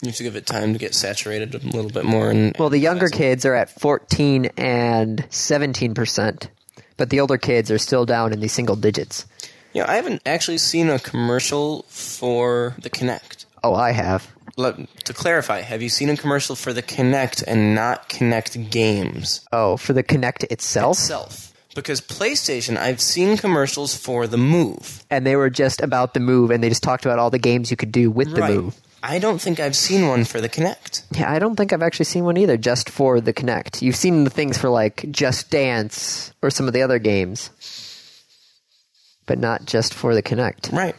You have to give it time to get saturated a little bit more. And Well, the younger kids are at 14 and 17%, but the older kids are still down in the single digits. you know, I haven't actually seen a commercial for the Kinect. Oh, I have. Let, to clarify, have you seen a commercial for the Kinect and not Kinect games Oh, for the Kinect itself? itself? Because PlayStation, I've seen commercials for the Move. and they were just about the move and they just talked about all the games you could do with the move. I don't think I've seen one for the Kinect. Yeah, I don't think I've actually seen one either just for the Kinect. You've seen the things for like Just Dance or some of the other games. But not just for the Kinect. Right.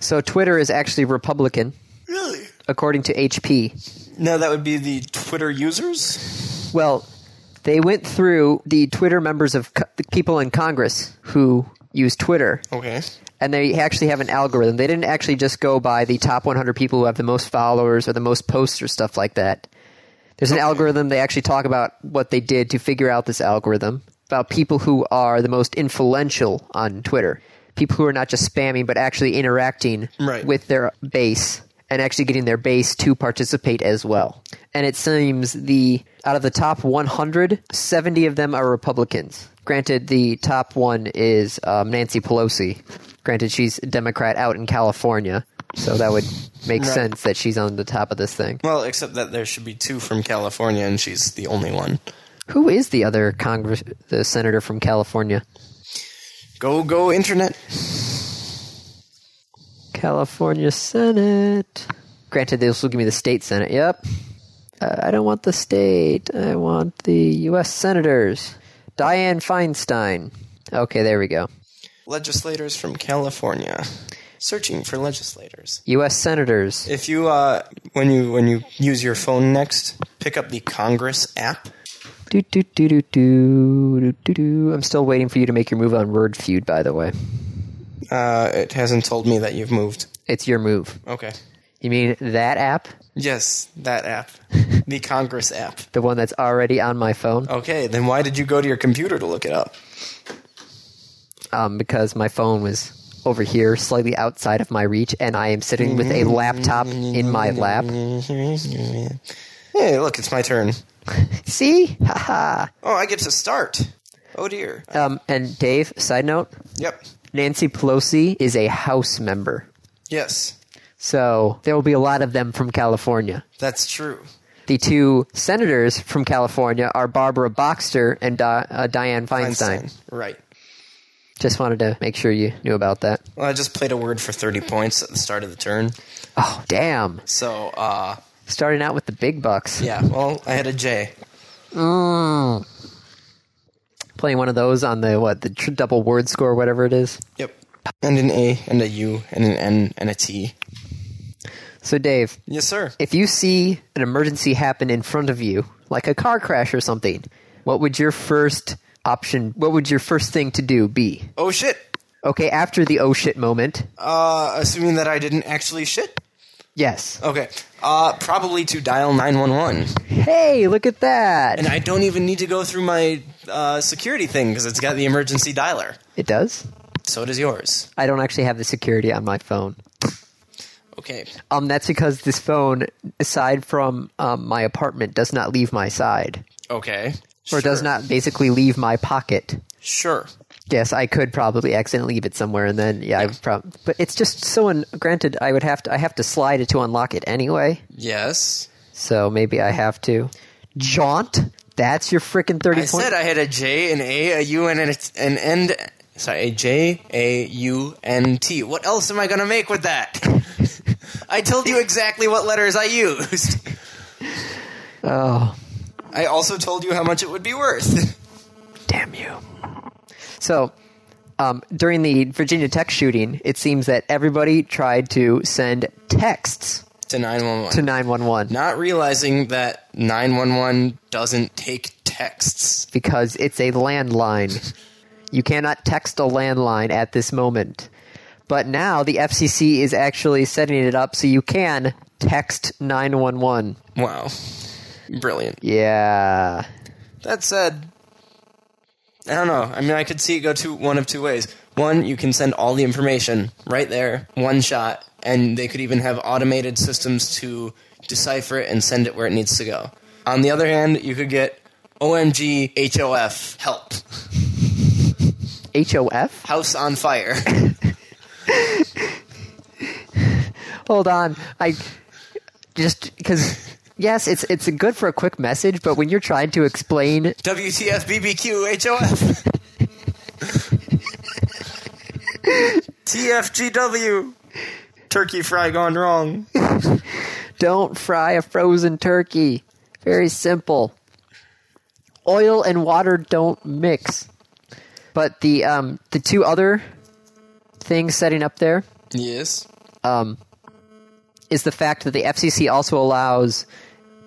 So Twitter is actually Republican, Really? according to HP. No, that would be the Twitter users. Well, they went through the Twitter members of co- the people in Congress who use Twitter, Okay. and they actually have an algorithm. They didn't actually just go by the top 100 people who have the most followers or the most posts or stuff like that. There's an algorithm. They actually talk about what they did to figure out this algorithm about people who are the most influential on Twitter, people who are not just spamming but actually interacting Right. with their base and actually getting their base to participate as well. And it seems the out of the top 100, 70 of them are Republicans. Granted, the top one is um, Nancy Pelosi. Granted, she's a Democrat out in California, so that would make sense that she's on the top of this thing. Well, except that there should be two from California, and she's the only one. Who is the other Congress, the senator from California? Go, go, internet. California Senate. Granted, they will give me the state Senate. Yep. Uh, I don't want the state. I want the U.S. senators. Dianne Feinstein. Okay, there we go. Legislators from California. Searching for legislators. U.S. senators. If you, uh, when you when you use your phone next, pick up the Congress app. Do, do, do, do, do, do, do, do. I'm still waiting for you to make your move on Word Feud, by the way. Uh, it hasn't told me that you've moved. It's your move. Okay. You mean that app? Yes, that app, the Congress app. The one that's already on my phone? Okay, then why did you go to your computer to look it up? um, because my phone was over here, slightly outside of my reach, and I am sitting with a laptop in my lap. hey, look, it's my turn. See? [laughs] Haha. Oh, I get to start. Oh dear. Um, and Dave, side note, Yep. Nancy Pelosi is a House member. Yes, So there will be a lot of them from California. that's true. The two senators from California are Barbara Boxster and Di- uh, Dianne Feinstein. Einstein. Right. Just wanted to make sure you knew about that. Well, I just played a word for 30 points at the start of the turn. Oh, damn. So, uh, Starting out with the big bucks. yeah, well, I had a J. Mm. Playing one of those on the, what, the tr- double word score, whatever it is. Yep. And an A, and a U, and an N, and a T. So, Dave, Yes, sir. if you see an emergency happen in front of you, like a car crash or something, what would your first option, what would your first thing to do be? Oh, shit. Okay, after the oh shit moment. Uh, assuming that I didn't actually shit. Yes. Okay. Uh, probably to dial 911. Hey, look at And that. I don't even need to go through my uh, security thing because it's got the emergency dialer. It does? So does yours. I don't actually have the security on my phone. Okay. Um, that's because this phone, aside from um, my apartment, does not leave my side Okay. or does Sure. not basically leave my pocket. Sure. Yes, I could probably accidentally leave it somewhere, and then yeah, I would prob- But it's just so. Un- granted, I would have to. I have to slide it to unlock it anyway. Yes. So maybe I have to jaunt. That's your freaking thirty I point. said I had a J, an A, a U, and an, an N. Sorry, a J, A, U, N, T. What else am I going to make with that? [laughs] I told you exactly what letters I used. [laughs] oh, I also told you how much it would be worth. [laughs] damn you! So. Um, during the Virginia Tech shooting, it seems that everybody tried to send texts to 911. to 911 Not realizing that 911 doesn't take texts. because it's a landline. You cannot text a landline at this moment. But now the FCC is actually setting it up so you can text 911. Wow. Brilliant. Yeah. That said, I don't know. I mean, I could see it go two one of two ways. One, you can send all the information right there, one shot, and they could even have automated systems to decipher it and send it where it needs to go. On the other hand, you could get OMG HOF help. HOF? House on fire. [laughs] Hold on. I just because yes, it's it's good for a quick message, but when you're trying to explain WTF BBQ [laughs] HOF. TFGW. Turkey fry gone wrong. don't fry a frozen turkey. Very simple. Oil and water don't mix. But the um, the two other things setting up there Yes. is the fact that the FCC also allows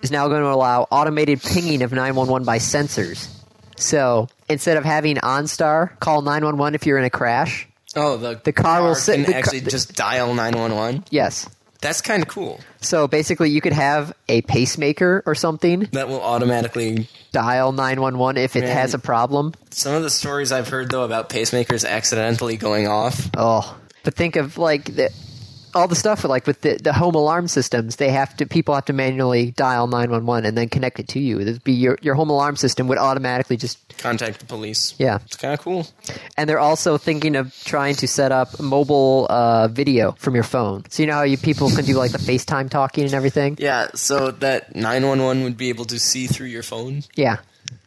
is now going to allow automated pinging of 911 by sensors. So instead of having OnStar call 911 if you're in a crash, Oh, the The car will sit- can the ca- actually just dial nine one one. yes. That's kind of cool. So basically, you could have a pacemaker or something That will automatically. dial 911 if it Man. has a problem. Some of the stories I've heard though about pacemakers accidentally going off. Oh, but think of like the, all the stuff like with the, the home alarm systems. They have to people have to manually dial nine one one and then connect it to you. It'd be your your home alarm system would automatically just Contact the police. yeah. It's kind of cool. And they're also thinking of trying to set up mobile uh, video from your phone. So you know how you people can do like the FaceTime talking and everything. Yeah, so that nine one one would be able to see through your phone. Yeah.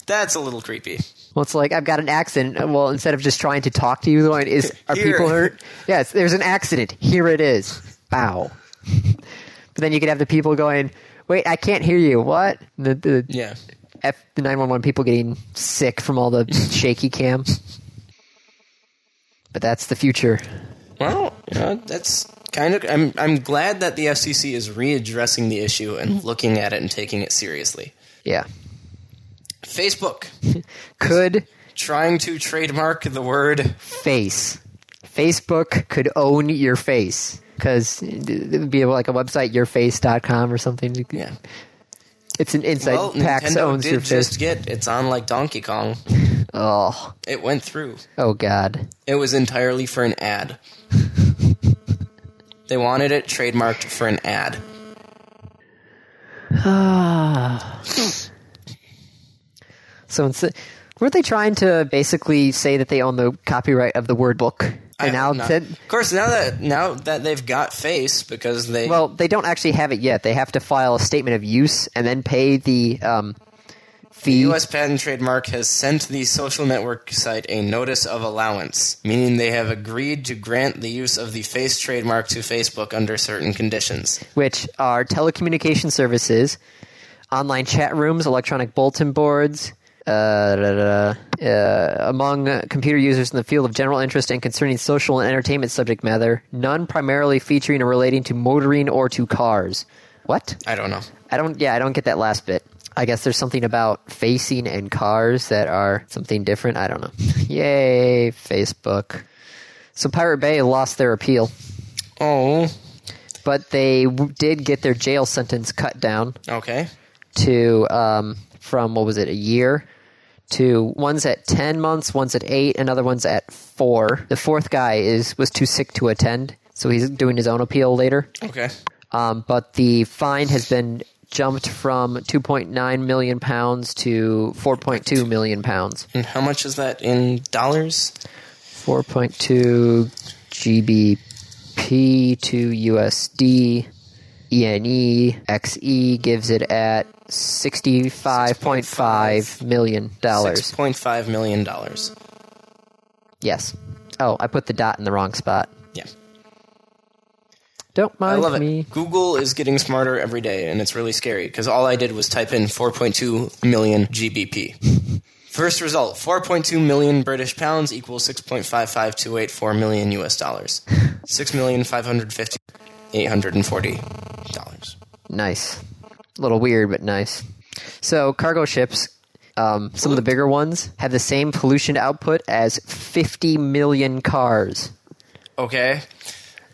That's a little creepy. Well, it's like I've got an accident. Well, instead of just trying to talk to you, the line is are Here. people hurt? Yes, there's an accident. Here it is. Bow. but then you could have the people going, "Wait, I can't hear you." What? The the Yeah. F, the nine one one people getting sick from [laughs] all the shaky cam. But that's the future. Well, you know, that's kind of. I'm I'm glad that the FCC is readdressing the issue and looking at it and taking it seriously. Yeah. Facebook Could trying to trademark the word face Facebook could own your face because it would be like a website yourface.com or something. Yeah. It's an insight. well, PAX Nintendo owns did your face. just get it's on like Donkey Kong. Oh, It went through. oh God. [sighs] It was entirely for an [laughs] ad. they wanted it trademarked for an ad. so instead, Weren't they trying to basically say that they own the copyright of the word book? I And now hope not. that- of course, now that now that they've got face because they well, they don't actually have it yet. They have to file a statement of use and then pay the um, fee. U.S. Patent and Trademark has sent the social network site a notice of allowance, meaning they have agreed to grant the use of the face trademark to Facebook under certain conditions. which are telecommunication services, online chat rooms, electronic bulletin boards, uh, da, da, da, uh, among uh, computer users in the field of general interest and concerning social and entertainment subject matter, none primarily featuring or relating to motoring or to cars. What? I don't know. I don't. Yeah, I don't get that last bit. I guess there's something about facing and cars that are something different. I don't know. [laughs] Yay, Facebook. So Pirate Bay lost their appeal, Oh, but they w- did get their jail sentence cut down okay. to um, from what was it a year to one's at 10 months one's at 8 another one's at 4 the fourth guy is was too sick to attend so he's doing his own appeal later Okay. um, but the fine has been jumped from 2.9 million pounds to 4.2 million pounds And how much is that in dollars? 4.2 GBP to USD E ENE XE E gives it at 65.5 million Six dollars. point five million dollars. Yes. Oh, I put the dot in the wrong spot. Yeah, Don't I mind love me. it. Google is getting smarter every day, and it's really scary because all I did was type in four point two million GBP. [laughs] First result: four point two million British pounds equals six point five five two eight four million U.S. dollars. [laughs] Six million five hundred fifty eight hundred and forty dollars. Nice. A little weird, but nice. So, cargo ships, um, some of the bigger ones, have the same pollution output as 50 million cars. okay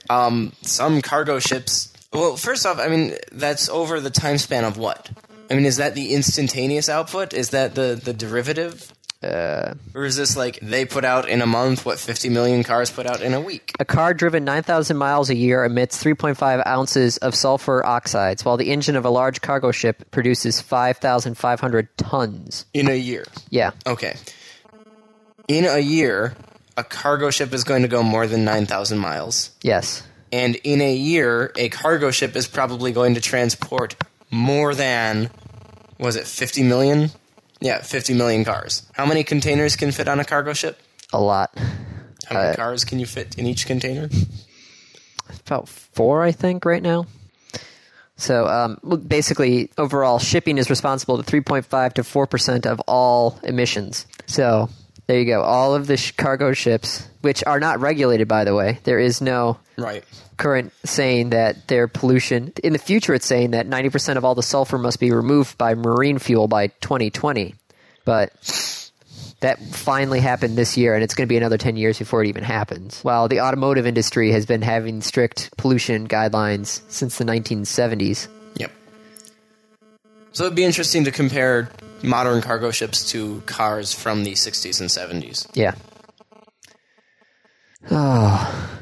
um some cargo ships well first off i mean that's over the time span of what i mean is that the instantaneous output is that the the derivative uh, or is this like they put out in a month what 50 million cars put out in a week A car driven 9,000 miles a year emits 3.5 ounces of sulfur oxides, while the engine of a large cargo ship produces 5,500 tons. in a year Yeah. okay in a year a cargo ship is going to go more than 9000 miles Yes. and in a year a cargo ship is probably going to transport more than was it 50 million yeah 50 million cars how many containers can fit on a cargo ship A lot. how many cars can you fit in each container About four, I think, right now. So um, well, basically, overall, shipping is responsible to 3.5 to 4% of all emissions. So there you go. All of the sh- cargo ships, which are not regulated, by the way, there is no right current saying that their pollution in the future it's saying that 90% of all the sulfur must be removed by marine fuel by 2020 but that finally happened this year and it's going to be another 10 years before it even happens while the automotive industry has been having strict pollution guidelines since the 1970s yep so it'd be interesting to compare modern cargo ships to cars from the 60s and 70s yeah [sighs] oh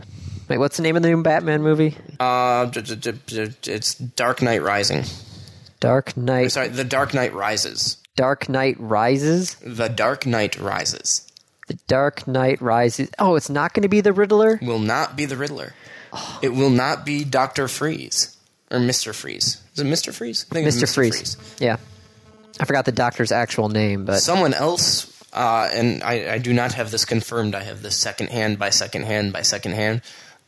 wait what's the name of the new batman movie uh, d- d- d- d- it's dark knight rising dark knight sorry the dark knight rises dark knight rises the dark knight rises the dark knight rises oh it's not going to be the riddler will not be the Riddler. Oh. It will not be Doctor Freeze or Mister Freeze. Is it Mister Freeze? I think it's Mr. Freeze. Yeah. I forgot the doctor's actual name, but Someone else, uh, and I, I do not have this confirmed. I have this secondhand by secondhand by secondhand.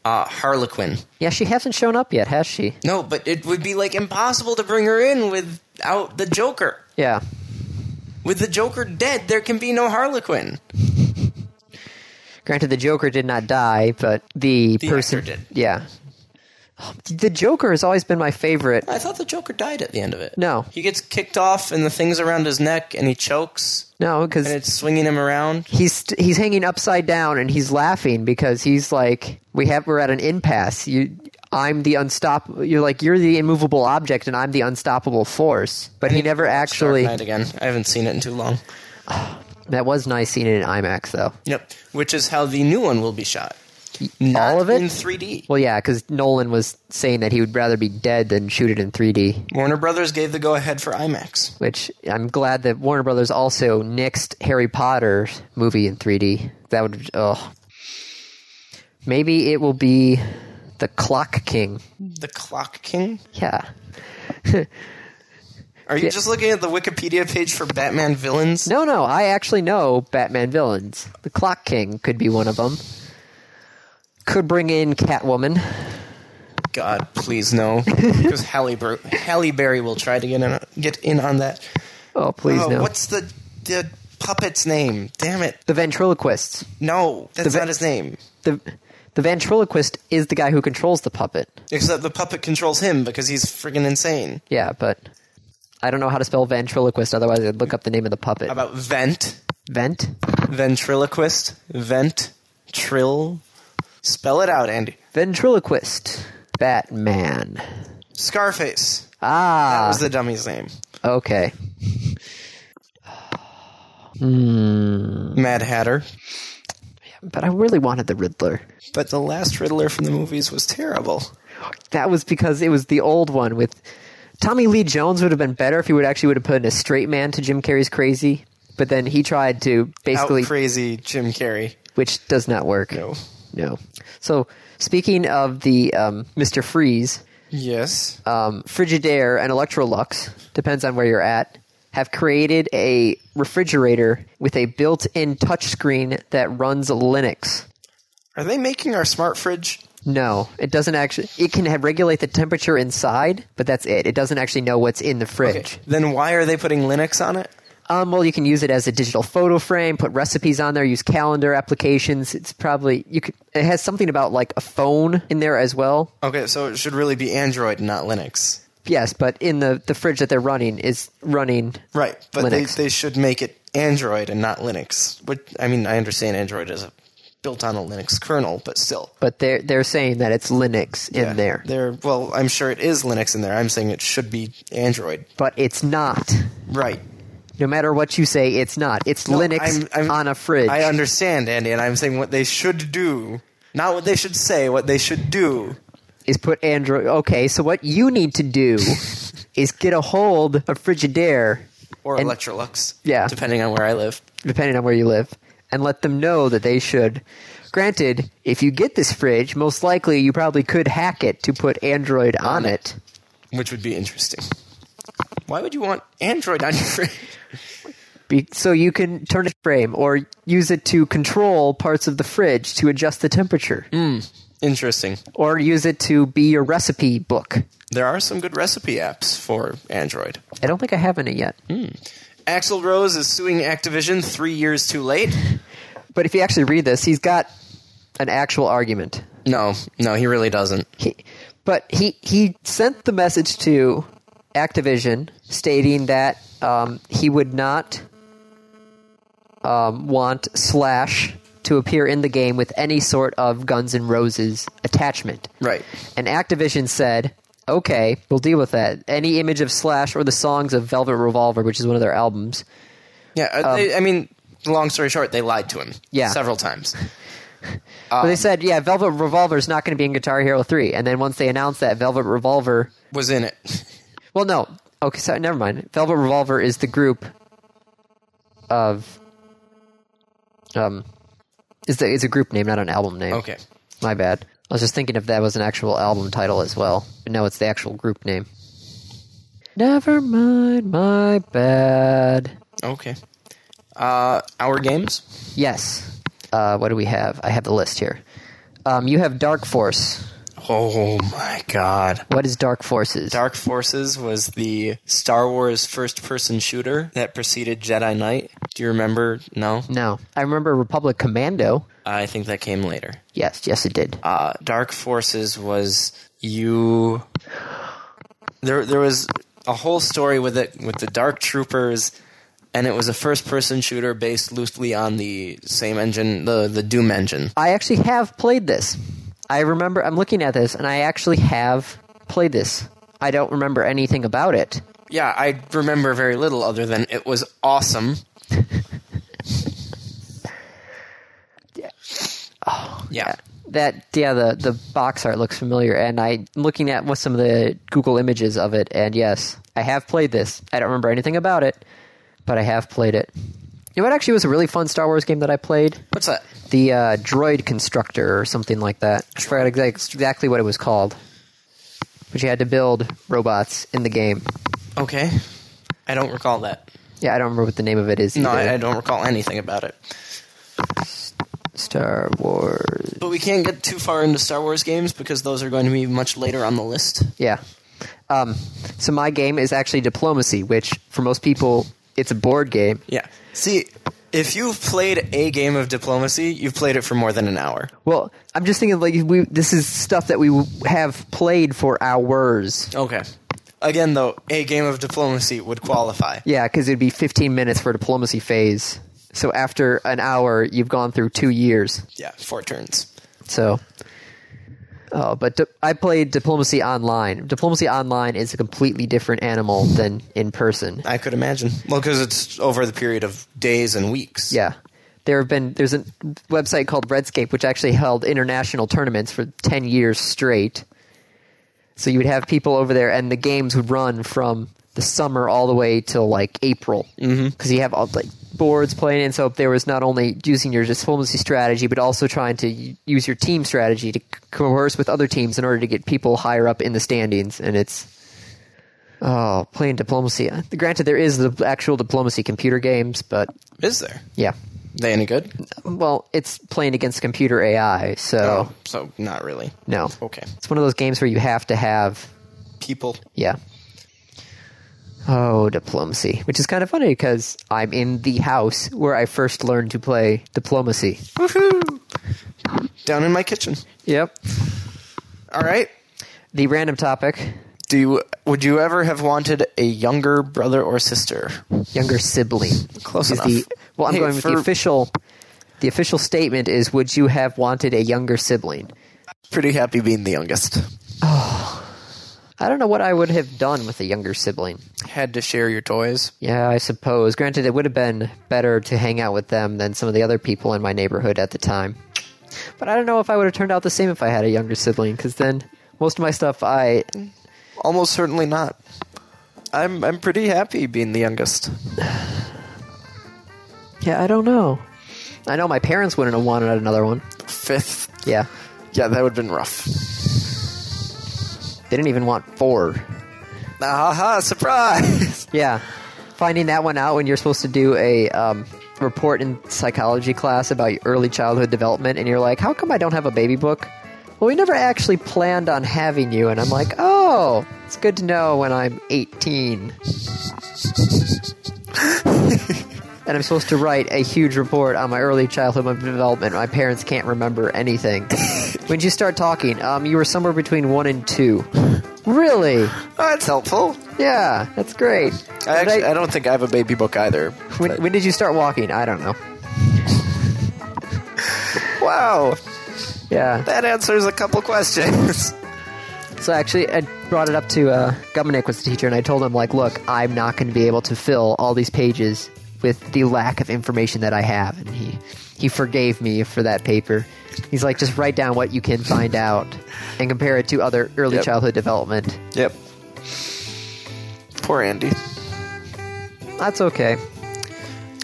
Uh, Harlequin. yeah, she hasn't shown up yet, has she? No, but it would be like impossible to bring her in without the Joker. Yeah. With the Joker dead, there can be no Harlequin. Granted, the Joker did not die, but the, The person actor did. Yeah. The Joker has always been my favorite. I thought the Joker died at the end of it. No. he gets kicked off, and the thing's around his neck, and he chokes, No, and because it's swinging him around. he's he's hanging upside down and he's laughing because he's like, we have we're at an impasse. You, I'm the unstoppable. You're like you're the immovable object, and I'm the unstoppable force. But he never actually. Dark Knight again. I haven't seen it in too long. That was nice seeing it in IMAX, though. Yep. Which is how the new one will be shot. Not All of it? in 3D. Well, yeah, because Nolan was saying that he would rather be dead than shoot it in 3D, Warner Brothers gave the go ahead for IMAX. which I'm glad that Warner Brothers also nixed Harry Potter movie in 3D. That would, oh. Maybe it will be The Clock King. The Clock King. Yeah. Are you just looking at the Wikipedia page for Batman villains? No, no, I actually know Batman villains. The Clock King could be one of them. Could bring in Catwoman. God, please [laughs] no, because Halle, Ber- Halle Berry will try to get in, get in on that. Oh, please Oh, no. What's the the puppet's name? Damn it! the ventriloquist? No, that's The va- not his name. The the ventriloquist is the guy who controls the puppet. Except the puppet controls him because he's friggin' insane. Yeah, but I don't know how to spell ventriloquist. Otherwise, I'd look up the name of the puppet. How about Vent? Vent. Ventriloquist? Vent? Trill? Spell it out, Andy. Ventriloquist. Batman. Scarface. That Ah. was the dummy's name. okay. Mad Hatter. But I really wanted the Riddler. But the last Riddler from the movies was terrible. That was because it was the old one with Tommy Lee Jones would have been better if he would actually would have put in a straight man to Jim Carrey's Crazy. But then he tried to Out basically, crazy Jim Carrey. which does not work. No. No. So speaking of the um, Mr. Freeze, Yes. um, Frigidaire and Electrolux, depends on where you're at, have created a refrigerator with a built-in touchscreen that runs Linux. Are they making our smart fridge? No, it doesn't actually. It can have, regulate the temperature inside, but that's it. It doesn't actually know what's in the fridge. Then why are they putting Linux on it? Um, well, you can use it as a digital photo frame, put recipes on there, use calendar applications. It's probably you could. It has something about like a phone in there as well. Okay, so it should really be Android, not Linux. Yes, but in the the fridge that they're running is running Right, but they, Linux. they should make it Android and not Linux. Which I mean, I understand Android is a, built on a Linux kernel, but still. but they're they're saying that it's Linux in Yeah, there, There, well, I'm sure it is Linux in there. I'm saying it should be Android. but it's not. Right. No matter what you say, it's not. It's No, Linux I'm- I'm- on a fridge. I understand, Andy, and I'm saying what they should do, not what they should say. What they should do. is put Android. Okay, so what you need to [laughs] do is get a hold of Frigidaire, Or And- Electrolux. Yeah. Depending on where I live. depending on where you live, and let them know that they should. Granted, if you get this fridge, most likely you probably could hack it to put Android on it. Which would be interesting. Why would you want Android on your fridge? [laughs] Be- so you can turn it frame or use it to control parts of the fridge to adjust the temperature Hmm. Interesting. or use it to be your recipe book. There are some good recipe apps for Android. I don't think I have any yet. Axel Rose is suing Activision three years too late. But if you actually read this, he's got an actual argument. No, no, he really doesn't. He, but he he sent the message to Activision stating that um, he would not um, want Slash to appear in the game with any sort of Guns N' Roses attachment. Right. And Activision said, "Okay, we'll deal with that. Any image of Slash or the songs of Velvet Revolver, which is one of their albums, Yeah, uh, they, I mean, long story short, they lied to him. Um, Yeah. several times. But they said, yeah, Velvet Revolver is not going to be in Guitar Hero 3. And then once they announced that Velvet Revolver. Was in it. [laughs] Well, no. Okay, sorry, never mind. Velvet Revolver is the group of. Um, is the, is a group name, not an album name. Okay. My bad. I was just thinking if that was an actual album title as well. But no, it's the actual group name. Never mind, my bad. Okay. Uh, our games. Yes. Uh, what do we have? I have the list here. Um, you have Dark Force. Oh my god. What is Dark Forces? Dark Forces was the Star Wars first-person shooter that preceded Jedi Knight. Do you remember? No, No, I remember Republic Commando. I think that came later. Yes, yes, it did. uh, Dark Forces was you. There, there was a whole story with it with the Dark Troopers, and it was a first-person shooter based loosely on the same engine, the the Doom engine. I actually have played this. I remember. I'm looking at this, and I actually have played this. I don't remember anything about it. Yeah, I remember very little other than it was [laughs] awesome. Oh, yeah. yeah. Uh, that yeah, the the box art looks familiar, and I looking at what some of the Google images of it, and yes, I have played this. I don't remember anything about it, but I have played it. You know what? Actually, was a really fun Star Wars game that I played. What's that? The uh, Droid Constructor or something like that. I forgot exa- exactly what it was called. But you had to build robots in the game. Okay. I don't recall that. Yeah, I don't remember what the name of it is. No, either. I, I don't recall anything about it. Star Wars. But we can't get too far into Star Wars games because those are going to be much later on the list. Yeah. Um, so my game is actually Diplomacy, which for most people it's a board game. Yeah. See, if you've played a game of diplomacy, you've played it for more than an hour. Well, I'm just thinking like we this is stuff that we w- have played for hours. Okay. Again, though, a game of diplomacy would qualify. Yeah, because it'd be 15 minutes for diplomacy phase. So after an hour, you've gone through two years. Yeah, four turns. So, oh, but di- I played Diplomacy Online. Diplomacy Online is a completely different animal than in person. I could imagine. Well, because it's over the period of days and weeks. Yeah, there have been there's a website called Redscape which actually held international tournaments for ten years straight. So you would have people over there, and the games would run from the summer all the way till like April, because mm-hmm. you have all like boards playing. And so there was not only using your diplomacy strategy, but also trying to u- use your team strategy to c- converse with other teams in order to get people higher up in the standings. And it's oh, playing diplomacy. Uh, Granted, there is the actual diplomacy computer games, but Is there? yeah, They any good? well, it's playing against computer AI, so Oh, So, not really. no. Okay. It's one of those games where you have to have, People. yeah. Oh, diplomacy, which is kind of funny because I'm in the house where I first learned to play diplomacy. Woohoo! Down in my kitchen. Yep. All right. The random topic, Do you, would you ever have wanted a younger brother or sister? younger sibling. Close is enough. the well, I'm Hey, going with the for- official. The official statement is: Would you have wanted a younger sibling? Pretty happy being the youngest. I don't know what I would have done with a younger sibling. Had to share your toys. Yeah, I suppose. Granted, it would have been better to hang out with them than some of the other people in my neighborhood at the time. But I don't know if I would have turned out the same if I had a younger sibling, because then most of my stuff I. Almost certainly not. I'm I'm pretty happy being the youngest. Yeah, I don't know. I know my parents wouldn't have wanted another one. Fifth. Yeah. Yeah, that would have been rough. They didn't even want four. Ah, ha ha, surprise! [laughs] Yeah. Finding that one out when you're supposed to do a um, report in psychology class about your early childhood development, and you're like, how come I don't have a baby book? Well, we never actually planned on having you. And I'm like, oh, it's good to know when I'm 18. [laughs] and I'm supposed to write a huge report on my early childhood development. My parents can't remember [laughs] anything. when you start talking, um, you were somewhere between one and two. Really? Oh, that's helpful. Yeah, that's great. I, Did actually, I don't think I have a baby book either. when, when did you start walking? I don't know. Wow, Yeah. that answers a couple questions. [laughs] So actually, I brought it up to uh, Gumnick was the teacher, and I told him like, look, I'm not going to be able to fill all these pages with the lack of information that I have, and he he forgave me for that paper. He's like, just write down what you can find out and compare it to other early Yep. childhood development. yep. Poor Andy. That's okay.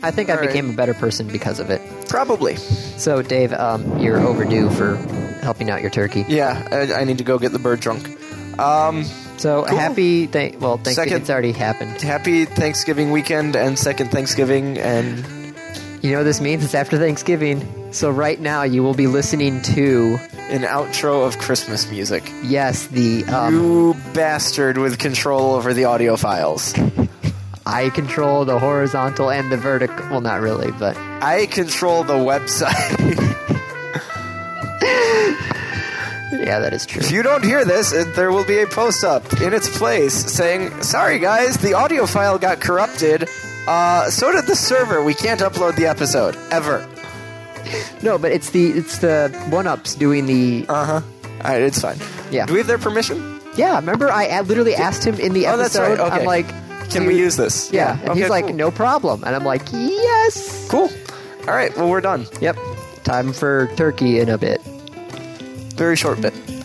I think I All right. became a better person because of it. Probably. So, Dave, um, you're overdue for helping out your turkey. Yeah, I, I need to go get the bird drunk. Um, So Cool. happy, th- well, Thanksgiving's Second- already happened. happy Thanksgiving weekend and second Thanksgiving, and You know what this means? It's after Thanksgiving. So right now you will be listening to, an outro of Christmas music. yes, the um, You bastard with control over the audio files. I control the horizontal and the vertical. Well, not really, but I control the website. [laughs] yeah, that is true. if you don't hear this, it, there will be a post up in its place saying, "Sorry guys, the audio file got corrupted. Uh, so did the server. We can't upload the episode ever." No, but it's the it's the one ups doing the. Uh huh. it's fine. Uh-huh. Yeah. Do we have their permission? yeah, remember I a- literally asked him in the Oh, episode. that's right, okay. I'm like, Can "Dude, we use this? Yeah, and Okay, he's like, cool. no problem, and I'm like, yes. Cool. All right. Well, we're done. Yep. Time for turkey in a bit. very short bit.